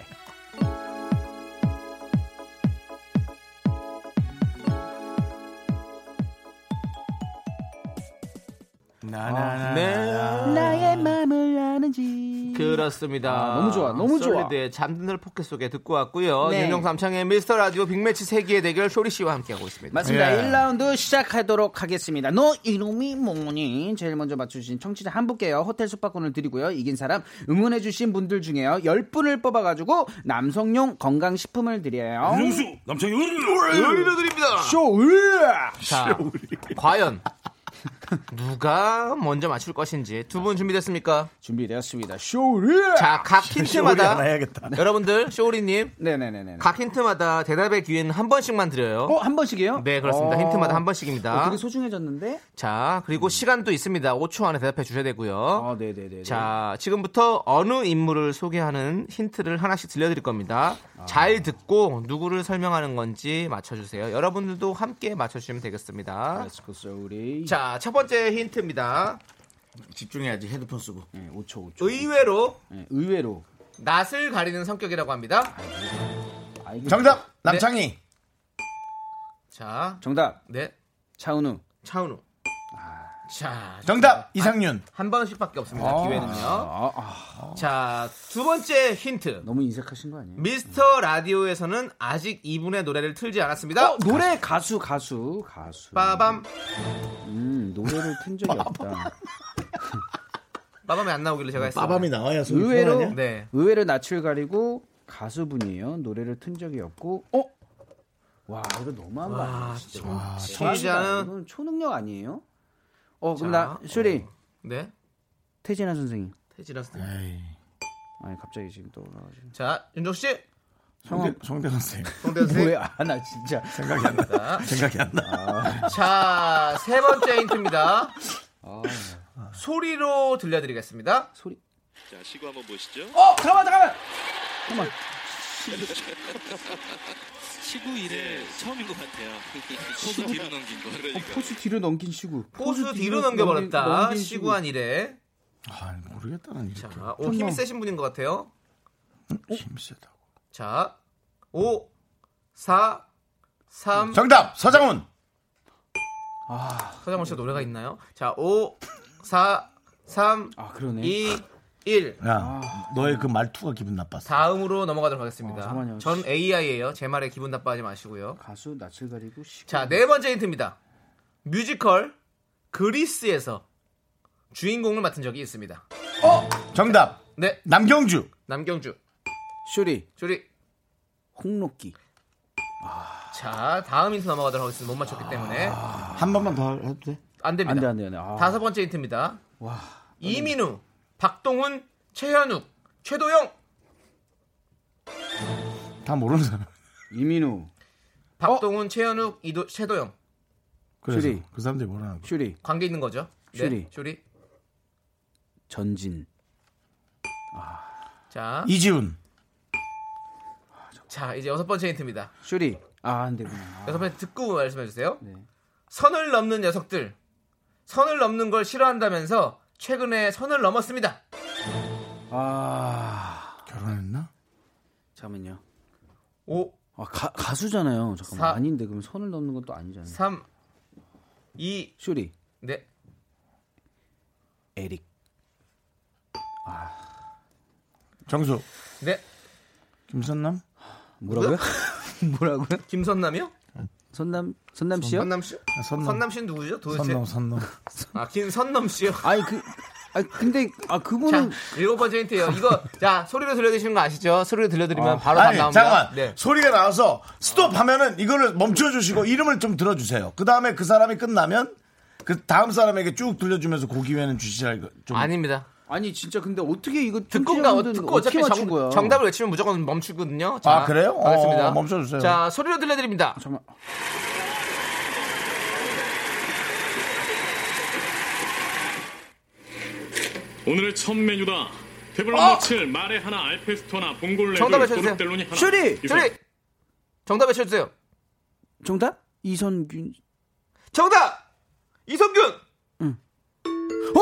[SPEAKER 1] 나나나.
[SPEAKER 2] 어. 네.
[SPEAKER 7] 나의 마음을 아는지.
[SPEAKER 2] 그렇습니다.
[SPEAKER 7] 아, 너무 좋아, 너무 좋아.
[SPEAKER 2] 솔리드의 잠든 늘 포켓 속에 듣고 왔고요.
[SPEAKER 7] 네.
[SPEAKER 2] 윤정삼 창의 미스터 라디오 빅매치 세기의 대결 쇼리 씨와 함께하고 있습니다.
[SPEAKER 7] 맞습니다.
[SPEAKER 1] 예.
[SPEAKER 7] 1라운드 시작하도록 하겠습니다. 너 이놈이 뭐니? 제일 먼저 맞추신 청취자 한 분께요. 호텔 숙박권을 드리고요. 이긴 사람 응원해 주신 분들 중에요. 10분을 뽑아 가지고 남성용 건강식품을 드려요.
[SPEAKER 5] 남창희
[SPEAKER 2] 의리로 드립니다.
[SPEAKER 7] 쇼! 으아!
[SPEAKER 2] 자, 과연 누가 먼저 맞출 것인지 두 분 준비됐습니까?
[SPEAKER 7] 준비되었습니다. 쇼! 으아!
[SPEAKER 2] 자, 각
[SPEAKER 1] 쇼리 하나
[SPEAKER 2] 힌트마다
[SPEAKER 1] 해야겠다.
[SPEAKER 2] 여러분들 쇼리님
[SPEAKER 7] 네네네네.
[SPEAKER 2] 각 힌트마다 대답의 기회는 한 번씩만 드려요.
[SPEAKER 7] 어, 한 번씩이에요?
[SPEAKER 2] 네, 그렇습니다.
[SPEAKER 7] 어.
[SPEAKER 2] 힌트마다 한 번씩입니다.
[SPEAKER 7] 어, 되게 소중해졌는데?
[SPEAKER 2] 자, 그리고 시간도 있습니다. 5초 안에 대답해 주셔야 되고요.
[SPEAKER 7] 아, 네네네.
[SPEAKER 2] 예. 자, 지금부터 어느 인물을 소개하는 힌트를 하나씩 들려드릴 겁니다.
[SPEAKER 5] 아.
[SPEAKER 2] 잘 듣고 누구를 설명하는 건지 맞춰주세요. 여러분들도 함께 맞춰주시면 되겠습니다.
[SPEAKER 7] 렛츠고 쇼리.
[SPEAKER 2] 자, 첫 번째 힌트입니다.
[SPEAKER 5] 집중해야지 헤드폰 쓰고.
[SPEAKER 7] 네, 5초, 5초.
[SPEAKER 2] 의외로
[SPEAKER 7] 네, 의외로.
[SPEAKER 2] 낯을 가리는 성격이라고 합니다.
[SPEAKER 7] 아, 이게-
[SPEAKER 1] 정답 남창희.
[SPEAKER 2] 자,
[SPEAKER 7] 정답.
[SPEAKER 2] 네,
[SPEAKER 7] 차은우.
[SPEAKER 2] 차은우.
[SPEAKER 5] 아.
[SPEAKER 2] 자,
[SPEAKER 1] 정답 이상윤.
[SPEAKER 2] 한 번씩밖에 없습니다. 기회는요.
[SPEAKER 7] 아, 아,
[SPEAKER 2] 자, 두 번째 힌트.
[SPEAKER 7] 너무 인색하신 거 아니에요?
[SPEAKER 2] 미스터 라디오에서는 아직 이분의 노래를 틀지 않았습니다.
[SPEAKER 7] 어, 노래 가수 가수 가수.
[SPEAKER 2] 빠밤.
[SPEAKER 7] 음, 노래를 튼 적이 없다.
[SPEAKER 2] 빠밤이 안 나오길래 제가 했어요.
[SPEAKER 1] 빠밤이 나와야 소리
[SPEAKER 7] 의외로
[SPEAKER 1] 편하냐?
[SPEAKER 2] 네.
[SPEAKER 7] 의외로 낯을 가리고 가수분이에요. 노래를 튼 적이 없고. 어? 와, 이거 너무한 거 아니야? 진짜.
[SPEAKER 2] 청취자는-
[SPEAKER 7] 이건 초능력 아니에요? 어, 그럼
[SPEAKER 2] 자,
[SPEAKER 7] 나 쇼리
[SPEAKER 2] 네.
[SPEAKER 7] 태진아 선생님.
[SPEAKER 2] 태진아 선생님.
[SPEAKER 7] 아니 갑자기 지금 떠올라 가지고.
[SPEAKER 2] 자, 윤종 씨.
[SPEAKER 1] 성대 성대 선생
[SPEAKER 2] 송대 선생님.
[SPEAKER 7] 뭐야? 아, 나 진짜.
[SPEAKER 1] 생각이 안 나. 생각이 안 나.
[SPEAKER 2] 자, 세 번째 힌트입니다. 소리로 들려드리겠습니다.
[SPEAKER 7] 소리.
[SPEAKER 8] 자, 시구 한번 보시죠.
[SPEAKER 7] 어, 잠깐만 잠깐만. 잠깐만.
[SPEAKER 8] 시구 이래 처음인 것 같아요. 포수 뒤로 넘긴 거. 그러니까.
[SPEAKER 7] 어, 포수 뒤로 넘긴 시구.
[SPEAKER 2] 포수 뒤로 넘겨버렸다.
[SPEAKER 7] 넘긴
[SPEAKER 2] 시구한 이래.
[SPEAKER 1] 아 모르겠다는 이렇게.
[SPEAKER 2] 자, 어, 오, 힘이 세신 분인 것 같아요.
[SPEAKER 1] 힘 세다.
[SPEAKER 2] 자, 5, 4, 3.
[SPEAKER 1] 정답 서장훈.
[SPEAKER 7] 아.
[SPEAKER 2] 서장훈 씨가 노래가 있나요? 자, 5, 4, 3,
[SPEAKER 7] 아, 그러네.
[SPEAKER 2] 2, 1.
[SPEAKER 1] 야 너의 그 말투가 기분 나빴어.
[SPEAKER 2] 다음으로 넘어가도록
[SPEAKER 7] 아,
[SPEAKER 2] 하겠습니다.
[SPEAKER 7] 잠깐만요.
[SPEAKER 2] 전 AI예요. 제 말에 기분 나빠하지 마시고요.
[SPEAKER 7] 가수 낯을 가리고 시구.
[SPEAKER 2] 자, 네 번째 힌트입니다. 뮤지컬 그리스에서 주인공을 맡은 적이 있습니다.
[SPEAKER 1] 정답
[SPEAKER 2] 네,
[SPEAKER 1] 남경주.
[SPEAKER 2] 남경주.
[SPEAKER 7] 쇼리
[SPEAKER 2] 조리.
[SPEAKER 7] 홍록기.
[SPEAKER 2] 자, 다음 힌트 넘어가도록 하겠습니다. 못 맞췄기 때문에.
[SPEAKER 1] 아. 한 번만 더 해도 돼?
[SPEAKER 2] 안 됩니다.
[SPEAKER 7] 안돼 안돼 안돼. 아.
[SPEAKER 2] 다섯 번째 힌트입니다. 이민우, 박동훈, 최현욱,
[SPEAKER 7] 어?
[SPEAKER 2] 최도영,
[SPEAKER 1] 다 모르는 사람.
[SPEAKER 7] 이민우,
[SPEAKER 2] 박동훈, 최현욱, 이도, 최도영.
[SPEAKER 1] 그래서
[SPEAKER 7] 슈리.
[SPEAKER 1] 그 사람들이 모르는 거.
[SPEAKER 7] 슈리,
[SPEAKER 2] 관계 있는 거죠? 네,
[SPEAKER 7] 슈리.
[SPEAKER 2] 조리.
[SPEAKER 7] 전진.
[SPEAKER 2] 자,
[SPEAKER 1] 이지훈.
[SPEAKER 2] 자, 이제 여섯 번째 힌트입니다.
[SPEAKER 7] 슈리. 아, 안 되구나.
[SPEAKER 2] 여섯 번 듣고 말씀해 주세요.
[SPEAKER 1] 네.
[SPEAKER 2] 선을 넘는 녀석들. 선을 넘는 걸 싫어한다면서 최근에 선을 넘었습니다.
[SPEAKER 7] 아.
[SPEAKER 1] 결혼했나?
[SPEAKER 7] 잠깐만요.
[SPEAKER 2] 오,
[SPEAKER 7] 아, 가, 가수잖아요. 잠깐만.
[SPEAKER 2] 사.
[SPEAKER 7] 아닌데 그럼 선을 넘는 것도 아니잖아요.
[SPEAKER 2] 삼, 이,
[SPEAKER 7] 슈리,
[SPEAKER 2] 네.
[SPEAKER 7] 에릭.
[SPEAKER 1] 정수.
[SPEAKER 2] 네.
[SPEAKER 1] 김선남.
[SPEAKER 7] 뭐라고요? 뭐라고요?
[SPEAKER 2] 김선남이요?
[SPEAKER 7] 선남 선남 씨요?
[SPEAKER 2] 선남 씨?
[SPEAKER 1] 아, 선남.
[SPEAKER 2] 선남 씨는 누구죠? 도대체?
[SPEAKER 1] 선남 선남.
[SPEAKER 2] 아, 김선남 씨요.
[SPEAKER 7] 아니 그 아, 근데 아
[SPEAKER 2] 자,
[SPEAKER 7] 그분은
[SPEAKER 2] 일곱 번째 힌트예요. 이거 자, 소리로 들려 드시는 거 아시죠? 소리로 들려 드리면 바로 답
[SPEAKER 1] 아. 아니
[SPEAKER 2] 나옵니다.
[SPEAKER 1] 잠깐만
[SPEAKER 2] 네.
[SPEAKER 1] 소리가 나와서 스톱하면은 이거를 멈춰주시고 이름을 좀 들어주세요. 그 다음에 그 사람이 끝나면 그 다음 사람에게 쭉 들려주면서 그 기회는 주시라 이거 좀.
[SPEAKER 2] 아닙니다.
[SPEAKER 1] 음,
[SPEAKER 7] 아니 진짜 근데 어떻게 이거
[SPEAKER 2] 듣고가 어,
[SPEAKER 7] 청취자분들은
[SPEAKER 2] 듣고 어차피
[SPEAKER 7] 어떻게 맞춘 거야?
[SPEAKER 2] 정, 정답을 외치면 무조건 멈추거든요.
[SPEAKER 1] 아, 그래요? 어,
[SPEAKER 2] 알겠습니다.
[SPEAKER 1] 멈춰주세요.
[SPEAKER 2] 자, 소리로 들려드립니다.
[SPEAKER 7] 잠깐만.
[SPEAKER 3] 오늘의 첫 메뉴다. 대블로
[SPEAKER 2] 어!
[SPEAKER 3] 며칠 말에 하나 알페스토나 봉골레 그
[SPEAKER 2] 정답 외쳐주세요.
[SPEAKER 7] 슈리!
[SPEAKER 2] 슈리! 정답 외쳐주세요.
[SPEAKER 7] 정답? 이선균.
[SPEAKER 2] 정답! 이성균!
[SPEAKER 7] 오!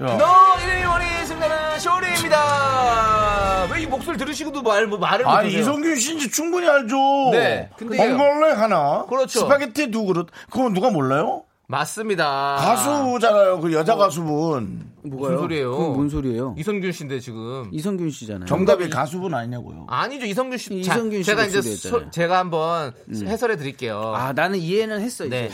[SPEAKER 1] 야,
[SPEAKER 2] 너 이름이 뭐니? 승자는 쇼리입니다. 왜 이 목소리 들으시고도 말, 뭐 말을
[SPEAKER 1] 아
[SPEAKER 2] 못하세요?
[SPEAKER 1] 이성균 씨인지 충분히 알죠.
[SPEAKER 2] 네, 근데요.
[SPEAKER 1] 번갈레 하나,
[SPEAKER 2] 그렇죠.
[SPEAKER 1] 스파게티 두 그릇, 그거 누가 몰라요?
[SPEAKER 2] 맞습니다.
[SPEAKER 1] 가수잖아요. 그 여자 가수분.
[SPEAKER 7] 뭐가요?
[SPEAKER 2] 소리예요?
[SPEAKER 7] 그건 뭔 소리예요?
[SPEAKER 2] 이성균 씨인데 지금
[SPEAKER 7] 이성균 씨잖아요.
[SPEAKER 1] 정답이 가수분 아니냐고요.
[SPEAKER 2] 아니죠 이성균 씨.
[SPEAKER 7] 이성균
[SPEAKER 2] 자, 제가
[SPEAKER 7] 씨가
[SPEAKER 2] 이제
[SPEAKER 7] 소리였잖아요. 음.
[SPEAKER 2] 소- 제가 한번 해설해 드릴게요.
[SPEAKER 7] 아 나는 이해는 했어. 이제.
[SPEAKER 2] 네.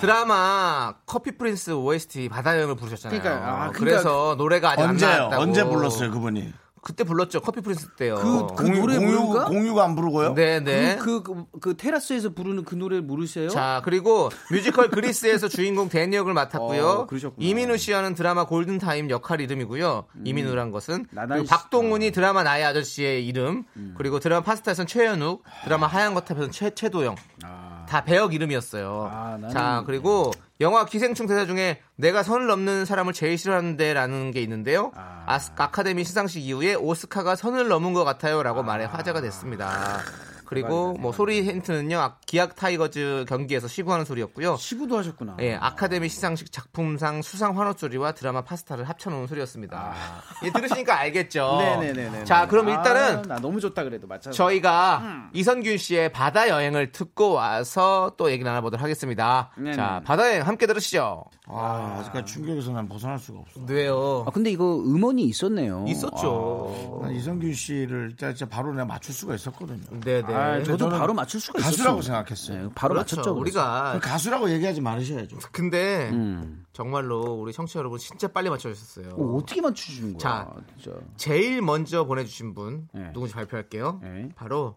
[SPEAKER 2] 드라마 커피 프린스 OST 바다여행을 부르셨잖아요.
[SPEAKER 7] 그러니까요. 아, 그러니까-
[SPEAKER 2] 그래서 노래가 아직 안
[SPEAKER 1] 언제요?
[SPEAKER 2] 나왔다고.
[SPEAKER 1] 언제 불렀어요 그분이?
[SPEAKER 2] 그때 불렀죠. 커피 프린스 때요.
[SPEAKER 7] 그- 그-
[SPEAKER 1] 공유,
[SPEAKER 7] 노래
[SPEAKER 1] 공유,
[SPEAKER 7] 부른가?
[SPEAKER 1] 공유가 안 부르고요?
[SPEAKER 2] 네, 네.
[SPEAKER 7] 그, 그, 그, 그 테라스에서 부르는 그 노래를 모르세요?
[SPEAKER 2] 자, 그리고 뮤지컬 그리스에서 주인공 데니 역을 맡았고요.
[SPEAKER 7] 어, 그러셨구나. 음.
[SPEAKER 2] 이민우 씨와는 드라마 골든타임 역할 이름이고요. 이민우란 것은.
[SPEAKER 7] 나단
[SPEAKER 2] 그리고
[SPEAKER 7] 씨. 어. 음.
[SPEAKER 2] 박동훈이 드라마 나의 아저씨의 이름. 그리고 드라마 파스타에서는 최현욱,
[SPEAKER 7] 아.
[SPEAKER 2] 드라마 하얀 거탑에서는 최, 최도영. 다 배역 이름이었어요.
[SPEAKER 7] 아, 나는-
[SPEAKER 2] 자, 그리고 영화 기생충 대사 중에 내가 선을 넘는 사람을 제일 싫어하는데라는 게 있는데요. 아... 스 아카데미 시상식 이후에 오스카가 선을 넘은 것 같아요라고 말해 화제가
[SPEAKER 7] 아,
[SPEAKER 2] 됐습니다. 그리고 뭐 소리 힌트는요. 아, 기악 타이거즈 경기에서 시구하는 소리였고요.
[SPEAKER 7] 시구도 하셨구나.
[SPEAKER 2] 예, 아카데미 시상식 작품상 수상 환호 소리와 드라마 파스타를 합쳐놓은 소리였습니다. 예, 들으시니까 알겠죠.
[SPEAKER 7] 아. 네네네네.
[SPEAKER 2] 자, 그럼 일단은
[SPEAKER 7] 아, 나 너무 좋다 그래도 맞춰.
[SPEAKER 2] 그렇죠. 저희가 이선균 씨의 바다 여행을 듣고 와서 또 얘기 나눠보도록 하겠습니다.
[SPEAKER 7] 네네.
[SPEAKER 2] 자, 바다 여행 함께 들으시죠.
[SPEAKER 1] 아, 아직까지 충격에서 난 벗어날 수가 없어.
[SPEAKER 2] 왜요?
[SPEAKER 7] 아 근데 이거 음원이 있었네요.
[SPEAKER 2] 있었죠.
[SPEAKER 1] 난 이성균 씨를 진짜 진짜 바로 내가 맞출 수가 있었거든요.
[SPEAKER 2] 네네.
[SPEAKER 7] 아, 아, 저도
[SPEAKER 1] 저는
[SPEAKER 7] 바로 맞출 수가
[SPEAKER 1] 가수라고
[SPEAKER 7] 있었어.
[SPEAKER 1] 생각했어요.
[SPEAKER 7] 네, 바로
[SPEAKER 2] 그렇죠.
[SPEAKER 7] 맞췄죠. 그래서.
[SPEAKER 2] 우리가
[SPEAKER 1] 그럼 가수라고 얘기하지 말으셔야죠.
[SPEAKER 2] 근데
[SPEAKER 7] 음.
[SPEAKER 2] 정말로 우리 청취자 여러분 진짜 빨리 맞춰주셨어요.
[SPEAKER 7] 어, 어떻게 맞추신 거야?
[SPEAKER 2] 자.
[SPEAKER 7] 진짜.
[SPEAKER 2] 제일 먼저 보내주신 분
[SPEAKER 7] 네.
[SPEAKER 2] 누군지 발표할게요.
[SPEAKER 7] 네.
[SPEAKER 2] 바로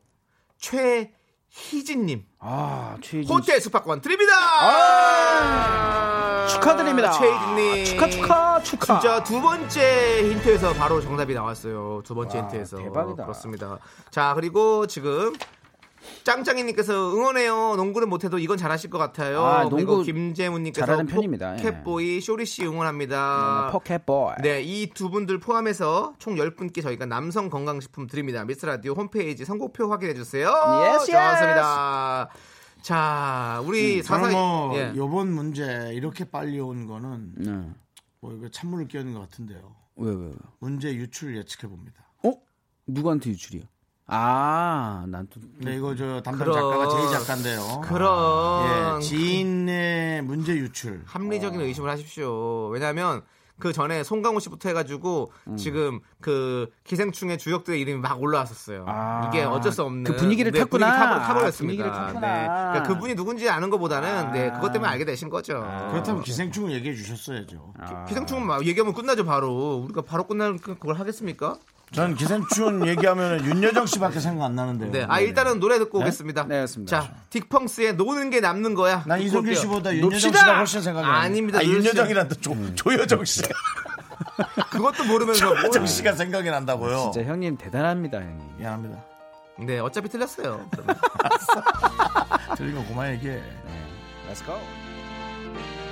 [SPEAKER 2] 최희진님
[SPEAKER 7] 아 최진
[SPEAKER 2] 호텔 숙박권 드립니다.
[SPEAKER 7] 아! 축하드립니다. 아,
[SPEAKER 2] 최희진님
[SPEAKER 7] 축하 축하 축하.
[SPEAKER 2] 진짜 두 번째 힌트에서 바로 정답이 나왔어요. 두 번째 힌트에서.
[SPEAKER 7] 대박이다.
[SPEAKER 2] 그렇습니다. 자, 그리고 지금 짱짱이님께서 응원해요. 농구는 못해도 이건 잘하실 것 같아요.
[SPEAKER 7] 아,
[SPEAKER 2] 그리고
[SPEAKER 7] 농구
[SPEAKER 2] 김재훈님께서
[SPEAKER 7] 잘하는 편입니다. 예.
[SPEAKER 2] 캣보이 쇼리 씨
[SPEAKER 7] 아.
[SPEAKER 2] 응원합니다.
[SPEAKER 7] 포켓볼.
[SPEAKER 2] 네, 이 두 분들 포함해서 총 10분께 저희가 남성 건강식품 드립니다. 미스 라디오 홈페이지 선곡표 확인해 주세요.
[SPEAKER 7] Yes, yes.
[SPEAKER 2] 좋았습니다. 자, 우리
[SPEAKER 1] 저는
[SPEAKER 2] 사상
[SPEAKER 1] 뭐
[SPEAKER 2] 예.
[SPEAKER 1] 요번 문제 이렇게 빨리 온 거는
[SPEAKER 7] 네.
[SPEAKER 1] 뭐 이거 찬물을 끼얹는 것 같은데요.
[SPEAKER 7] 왜 왜? 왜?
[SPEAKER 1] 문제 유출 예측해 봅니다.
[SPEAKER 7] 어? 누구한테 유출이야? 아, 난 또.
[SPEAKER 1] 근데 이거 저 담당
[SPEAKER 2] 음. 그럼.
[SPEAKER 1] 작가가 제이 작가인데요.
[SPEAKER 2] 그런
[SPEAKER 1] 예, 지인의 문제 유출.
[SPEAKER 7] 어.
[SPEAKER 2] 합리적인 의심을 하십시오. 왜냐하면 그 전에 송강호 씨부터 해가지고
[SPEAKER 7] 음.
[SPEAKER 2] 지금 그 기생충의 주역들의 이름이 막 올라왔었어요.
[SPEAKER 7] 아,
[SPEAKER 2] 이게 어쩔 수 없는 네,
[SPEAKER 7] 그 분위기를 탔구나.
[SPEAKER 2] 분위기 타버렸습니다.
[SPEAKER 7] 분위기를 탔구나.
[SPEAKER 2] 네. 그러니까 그분이 누군지 아는 것보다는 네, 그것 때문에 알게 되신 거죠.
[SPEAKER 7] 아.
[SPEAKER 1] 그렇다면 기생충을 얘기해 주셨어야죠.
[SPEAKER 2] 기- 기생충은 막 얘기하면 끝나죠 바로. 우리가 바로 끝날 그- 그걸 하겠습니까?
[SPEAKER 1] 전 기생충 얘기하면 윤여정 씨밖에 생각 안 나는데요.
[SPEAKER 2] 네. 아 일단은 노래 듣고 오겠습니다.
[SPEAKER 7] 네, 알겠습니다.
[SPEAKER 2] 자, 딕펑스의 노는 게 남는 거야.
[SPEAKER 1] 난
[SPEAKER 2] 듣고
[SPEAKER 1] 이성균
[SPEAKER 2] 올게요. 네.
[SPEAKER 1] 씨보다 윤여정
[SPEAKER 2] 놉시다!
[SPEAKER 1] 씨가 훨씬 생각이 나요.
[SPEAKER 2] 아닙니다. 음.
[SPEAKER 1] 아,
[SPEAKER 2] 윤여정 씨.
[SPEAKER 1] 윤여정이란 또 조, 조여정 씨가
[SPEAKER 2] 그것도 모르면서 뭘-
[SPEAKER 1] 조여정 씨가 생각이 난다고요.
[SPEAKER 7] 진짜 형님 대단합니다, 형님.
[SPEAKER 1] 미안합니다.
[SPEAKER 2] 네, 어차피 틀렸어요. 그러면.
[SPEAKER 1] 들리고 고만 얘기해.
[SPEAKER 7] Let's go.
[SPEAKER 2] 네.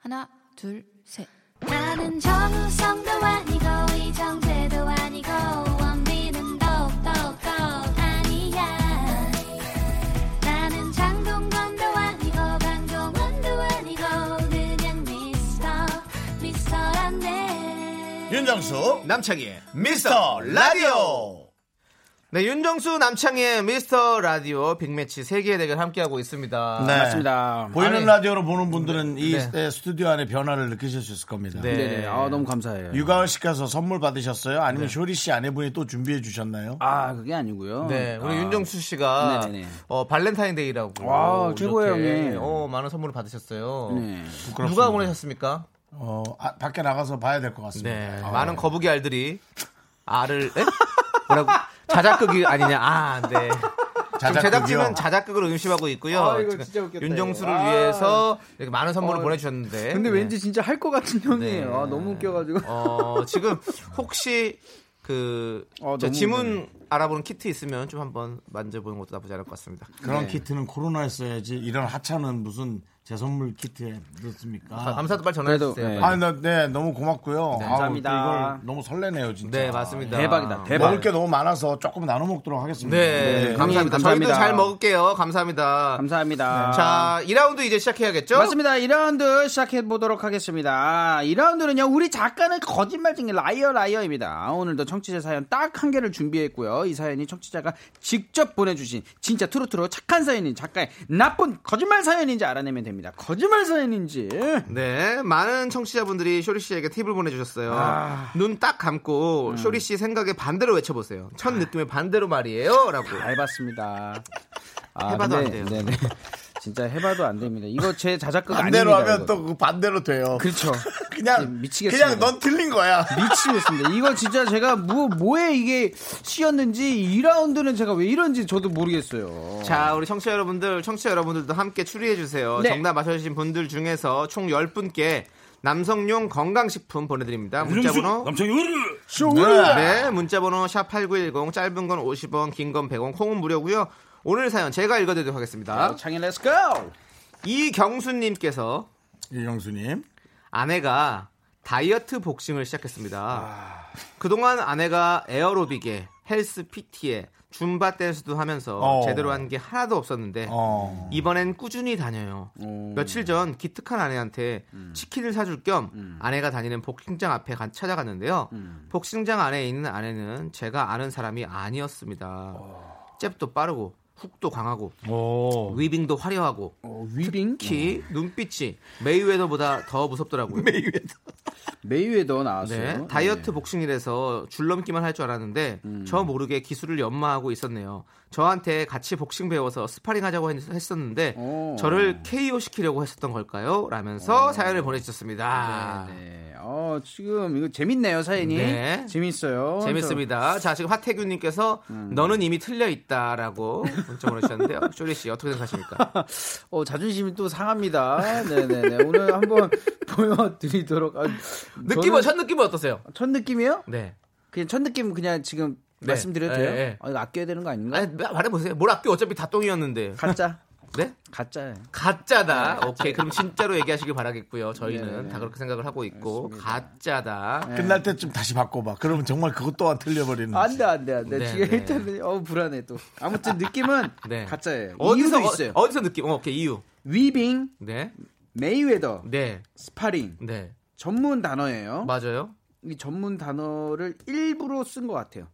[SPEAKER 9] 하나, 둘, 셋.
[SPEAKER 4] 나는 정우성도 아니고 이정재도 아니고 원빈은 더욱더 아니야 나는 장동건도 아니고 강동원도 아니고 그냥 미스터 미스터란데
[SPEAKER 1] 윤정수
[SPEAKER 2] 남창희의
[SPEAKER 1] 미스터 라디오.
[SPEAKER 2] 네, 윤정수 남창희의 미스터 라디오 빅매치 세계 대결 함께하고 있습니다.
[SPEAKER 1] 네.
[SPEAKER 7] 맞습니다.
[SPEAKER 1] 보이는
[SPEAKER 2] 아, 아니.
[SPEAKER 1] 라디오로 보는 분들은 이
[SPEAKER 2] 네.
[SPEAKER 1] 네, 스튜디오 안에 변화를 느끼실 수 있을 겁니다.
[SPEAKER 2] 네.
[SPEAKER 7] 네네. 아, 너무 감사해요.
[SPEAKER 1] 유가을 씨가서 선물 받으셨어요? 아니면 쇼리 씨 아내분이 또 준비해 주셨나요?
[SPEAKER 7] 아, 그게 아니고요.
[SPEAKER 2] 네, 우리
[SPEAKER 7] 아,
[SPEAKER 2] 윤정수 씨가
[SPEAKER 7] 네네네.
[SPEAKER 2] 어, 발렌타인데이라고
[SPEAKER 7] 와, 최고예요,
[SPEAKER 2] 이렇게,
[SPEAKER 7] 형님.
[SPEAKER 2] 어, 많은 선물을 받으셨어요.
[SPEAKER 7] 네.
[SPEAKER 2] 누가 보내셨습니까?
[SPEAKER 1] 어, 아, 밖에 나가서 봐야 될 것 같습니다.
[SPEAKER 2] 네,
[SPEAKER 1] 아.
[SPEAKER 2] 많은 거북이 알들이 알을 에? 뭐라고 자작극이 아니냐? 아, 네. 지금
[SPEAKER 1] 자작극이요?
[SPEAKER 2] 제작진은 자작극을 의심하고 있고요.
[SPEAKER 7] 아, 이거
[SPEAKER 2] 지금
[SPEAKER 7] 진짜 웃겼다,
[SPEAKER 2] 윤정수를
[SPEAKER 7] 이거. 아. 어.
[SPEAKER 2] 위해서 이렇게 많은 선물을 보내주셨는데.
[SPEAKER 7] 근데
[SPEAKER 2] 네.
[SPEAKER 7] 왠지 진짜 할 것 같은
[SPEAKER 2] 네.
[SPEAKER 7] 형이에요. 아, 너무 웃겨가지고.
[SPEAKER 2] 어, 지금 혹시 그
[SPEAKER 7] 어,
[SPEAKER 2] 저
[SPEAKER 7] 너무
[SPEAKER 2] 지문
[SPEAKER 7] 웃기네.
[SPEAKER 2] 알아보는 키트 있으면 좀 한번 만져보는 것도 나쁘지 않을 것 같습니다.
[SPEAKER 1] 그런 키트는 코로나였어야지 이런 하찮은 무슨 제 선물 키트에 넣었습니까?
[SPEAKER 2] 아, 감사도 빨리 전화해주세요.
[SPEAKER 7] 아, 그래도,
[SPEAKER 2] 빨리.
[SPEAKER 7] 네.
[SPEAKER 1] 아, 나, 네, 너무 고맙고요. 아우,
[SPEAKER 7] 감사합니다.
[SPEAKER 1] 또 이걸 너무 설레네요, 진짜.
[SPEAKER 2] 네, 맞습니다.
[SPEAKER 7] 아, 대박이다, 대박.
[SPEAKER 1] 먹을 게 너무 많아서 조금 나눠 먹도록 하겠습니다.
[SPEAKER 2] 네, 감사합니다.
[SPEAKER 7] 감사합니다.
[SPEAKER 2] 저희도 잘 먹을게요. 감사합니다.
[SPEAKER 7] 감사합니다.
[SPEAKER 2] 네, 자, 2라운드 이제 시작해야겠죠?
[SPEAKER 7] 맞습니다. 2라운드 시작해 보도록 하겠습니다. 2라운드는요, 우리 작가는 거짓말쟁이 라이어 라이어입니다. 오늘도 청취자 사연 딱 한 개를 준비했고요. 이 사연이 청취자가 직접 보내주신 진짜 투루투루 착한 사연인 작가의 나쁜 거짓말 사연인지 알아내면 됩니다. 거짓말 사연인지.
[SPEAKER 2] 네, 많은 청취자분들이 쇼리 씨에게 팁을 보내주셨어요.
[SPEAKER 7] 아.
[SPEAKER 2] 눈 딱
[SPEAKER 7] 음.
[SPEAKER 2] 감고 쇼리 씨 생각에 반대로 외쳐보세요.
[SPEAKER 7] 아.
[SPEAKER 2] 첫 느낌의 반대로 말이에요라고.
[SPEAKER 7] 알봤습니다. 아,
[SPEAKER 2] 해봐도 안 돼요.
[SPEAKER 7] 네네. 진짜 해봐도 안 됩니다. 이거 제 자작극
[SPEAKER 1] 반대로
[SPEAKER 7] 아닙니다,
[SPEAKER 1] 하면
[SPEAKER 7] 이거.
[SPEAKER 1] 또 그 반대로 돼요.
[SPEAKER 7] 그렇죠.
[SPEAKER 2] 네,
[SPEAKER 1] 그냥
[SPEAKER 7] 미치겠습니다.
[SPEAKER 1] 그냥 넌 틀린 거야.
[SPEAKER 7] 미치겠습니다. 이거 진짜 제가 뭐, 뭐에 이게 씌였는지 2라운드는 제가 왜 이런지 저도 모르겠어요.
[SPEAKER 2] 자, 우리 청취자 여러분들, 청취자 여러분들도 함께 추리해주세요.
[SPEAKER 7] 네.
[SPEAKER 2] 정답 맞춰주신 분들 중에서 총 10분께 남성용 건강식품 보내드립니다. 문자번호.
[SPEAKER 8] 남창이 으르
[SPEAKER 2] 네, 문자번호 샵8910, 짧은 건 50원, 긴 건 100원, 콩은 무료고요 오늘 사연 제가 읽어드리도록 하겠습니다.
[SPEAKER 7] 창인 렛츠고!
[SPEAKER 2] 이경수님께서
[SPEAKER 1] 이경수님.
[SPEAKER 2] 아내가 다이어트 복싱을 시작했습니다. 그동안 아내가 에어로빅에 헬스 PT에 줌바 댄스도 하면서
[SPEAKER 1] 어.
[SPEAKER 2] 제대로 한 게 하나도 없었는데
[SPEAKER 1] 어.
[SPEAKER 2] 이번엔 꾸준히 다녀요. 며칠 전 기특한 아내한테 치킨을 사줄 겸 아내가 다니는 복싱장 앞에 가- 찾아갔는데요. 복싱장 안에 있는 아내는 제가 아는 사람이 아니었습니다. 잽도 빠르고 훅도 강하고
[SPEAKER 1] 오.
[SPEAKER 2] 위빙도 화려하고
[SPEAKER 7] 어, 위빙?
[SPEAKER 2] 특히 눈빛이 메이웨더보다 더 무섭더라고요.
[SPEAKER 7] 메이웨더 나왔어요.
[SPEAKER 2] 네, 다이어트 복싱이라서 줄넘기만 할 줄 알았는데
[SPEAKER 7] 음.
[SPEAKER 2] 저 모르게 기술을 연마하고 있었네요. 저한테 같이 복싱 배워서 스파링 하자고 했- 했었는데
[SPEAKER 7] 오.
[SPEAKER 2] 저를 KO 시키려고 했었던 걸까요? 라면서 사연을 보내주셨습니다.
[SPEAKER 7] 네. 네. 어, 지금 이거 재밌네요, 사연이.
[SPEAKER 2] 네.
[SPEAKER 7] 재밌어요. 음.
[SPEAKER 2] 재밌습니다. 자, 지금 화태균님께서 너는 이미 틀려 있다라고 문자 보내주셨는데요. 쇼리 씨 어떻게 생각하십니까?
[SPEAKER 7] 저, 어, 자존심이 또 상합니다. 네네네. 오늘 한번 보여드리도록. 하-
[SPEAKER 2] 느낌은
[SPEAKER 7] 저는-
[SPEAKER 2] 첫 느낌은 어떠세요?
[SPEAKER 7] 첫 느낌이요?
[SPEAKER 2] 네.
[SPEAKER 7] 그냥 첫 느낌 그냥 지금
[SPEAKER 2] 네.
[SPEAKER 7] 말씀드려도
[SPEAKER 2] 예,
[SPEAKER 7] 돼요?
[SPEAKER 2] 예.
[SPEAKER 7] 아, 이거 아껴야 되는 거 아닌가?
[SPEAKER 2] 아니, 말해보세요. 뭘 아껴 어차피 다 똥이었는데.
[SPEAKER 7] 가짜.
[SPEAKER 2] 네?
[SPEAKER 7] 가짜예요.
[SPEAKER 2] 가짜다. 오케이. 그럼 진짜로 얘기하시길 바라겠고요. 저희는
[SPEAKER 7] 네.
[SPEAKER 2] 다 그렇게 생각을 하고 있고. 가짜다.
[SPEAKER 1] 끝날 때쯤 다시 바꿔봐. 그러면 정말 그것 또한 틀려버리는.
[SPEAKER 7] 아, 안돼 안돼 안돼
[SPEAKER 2] 네,
[SPEAKER 7] 지금
[SPEAKER 2] 네.
[SPEAKER 7] 일단은 어 불안해 또 아무튼 느낌은
[SPEAKER 2] 네.
[SPEAKER 7] 가짜예요
[SPEAKER 2] 어디서,
[SPEAKER 7] 이유도 있어요
[SPEAKER 2] 어, 디서 느낌? 어, 오케이. 이유.
[SPEAKER 7] 위빙
[SPEAKER 2] 네.
[SPEAKER 7] 메이웨더
[SPEAKER 2] 네.
[SPEAKER 7] 스파링
[SPEAKER 2] 네.
[SPEAKER 7] 전문 단어예요
[SPEAKER 2] 맞아요.
[SPEAKER 7] 이 전문 단어를 일부러 쓴 것 같아요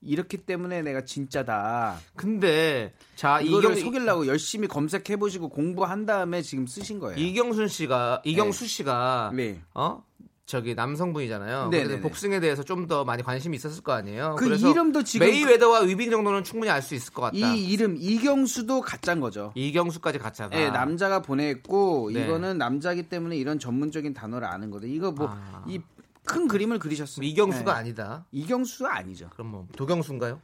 [SPEAKER 7] 이렇기 때문에 내가 진짜다
[SPEAKER 2] 근데, 자,
[SPEAKER 7] 이거를
[SPEAKER 2] 아, 이경,
[SPEAKER 7] 속이려고 열심히 검색해 보시고 공부한 다음에 지금 쓰신 거예요
[SPEAKER 2] 이경순 씨가, 이경수 씨가,
[SPEAKER 7] 네.
[SPEAKER 2] 어? 저기 남성분이잖아요.
[SPEAKER 7] 네,
[SPEAKER 2] 그래서
[SPEAKER 7] 네, 네.
[SPEAKER 2] 복싱에 대해서 좀 더 많이 관심이 있었을 거 아니에요.
[SPEAKER 7] 그
[SPEAKER 2] 그래서
[SPEAKER 7] 이름도 지금-
[SPEAKER 2] 메이웨더와 위빙 정도는 충분히 알 수 있을 것 같다.
[SPEAKER 7] 이 이름 이경수도 가짠 거죠
[SPEAKER 2] 이경수까지 가짜다.
[SPEAKER 7] 예, 남자가 보냈고
[SPEAKER 2] 아. 네.
[SPEAKER 7] 이거는 남자기 때문에 이런 전문적인 단어를 아는 거다. 이거 뭐 이 큰 그림을 그리셨어요.
[SPEAKER 2] 뭐 이경수가
[SPEAKER 7] 예.
[SPEAKER 2] 아니다.
[SPEAKER 7] 이경수가 아니죠.
[SPEAKER 2] 그럼 뭐 도경수인가요?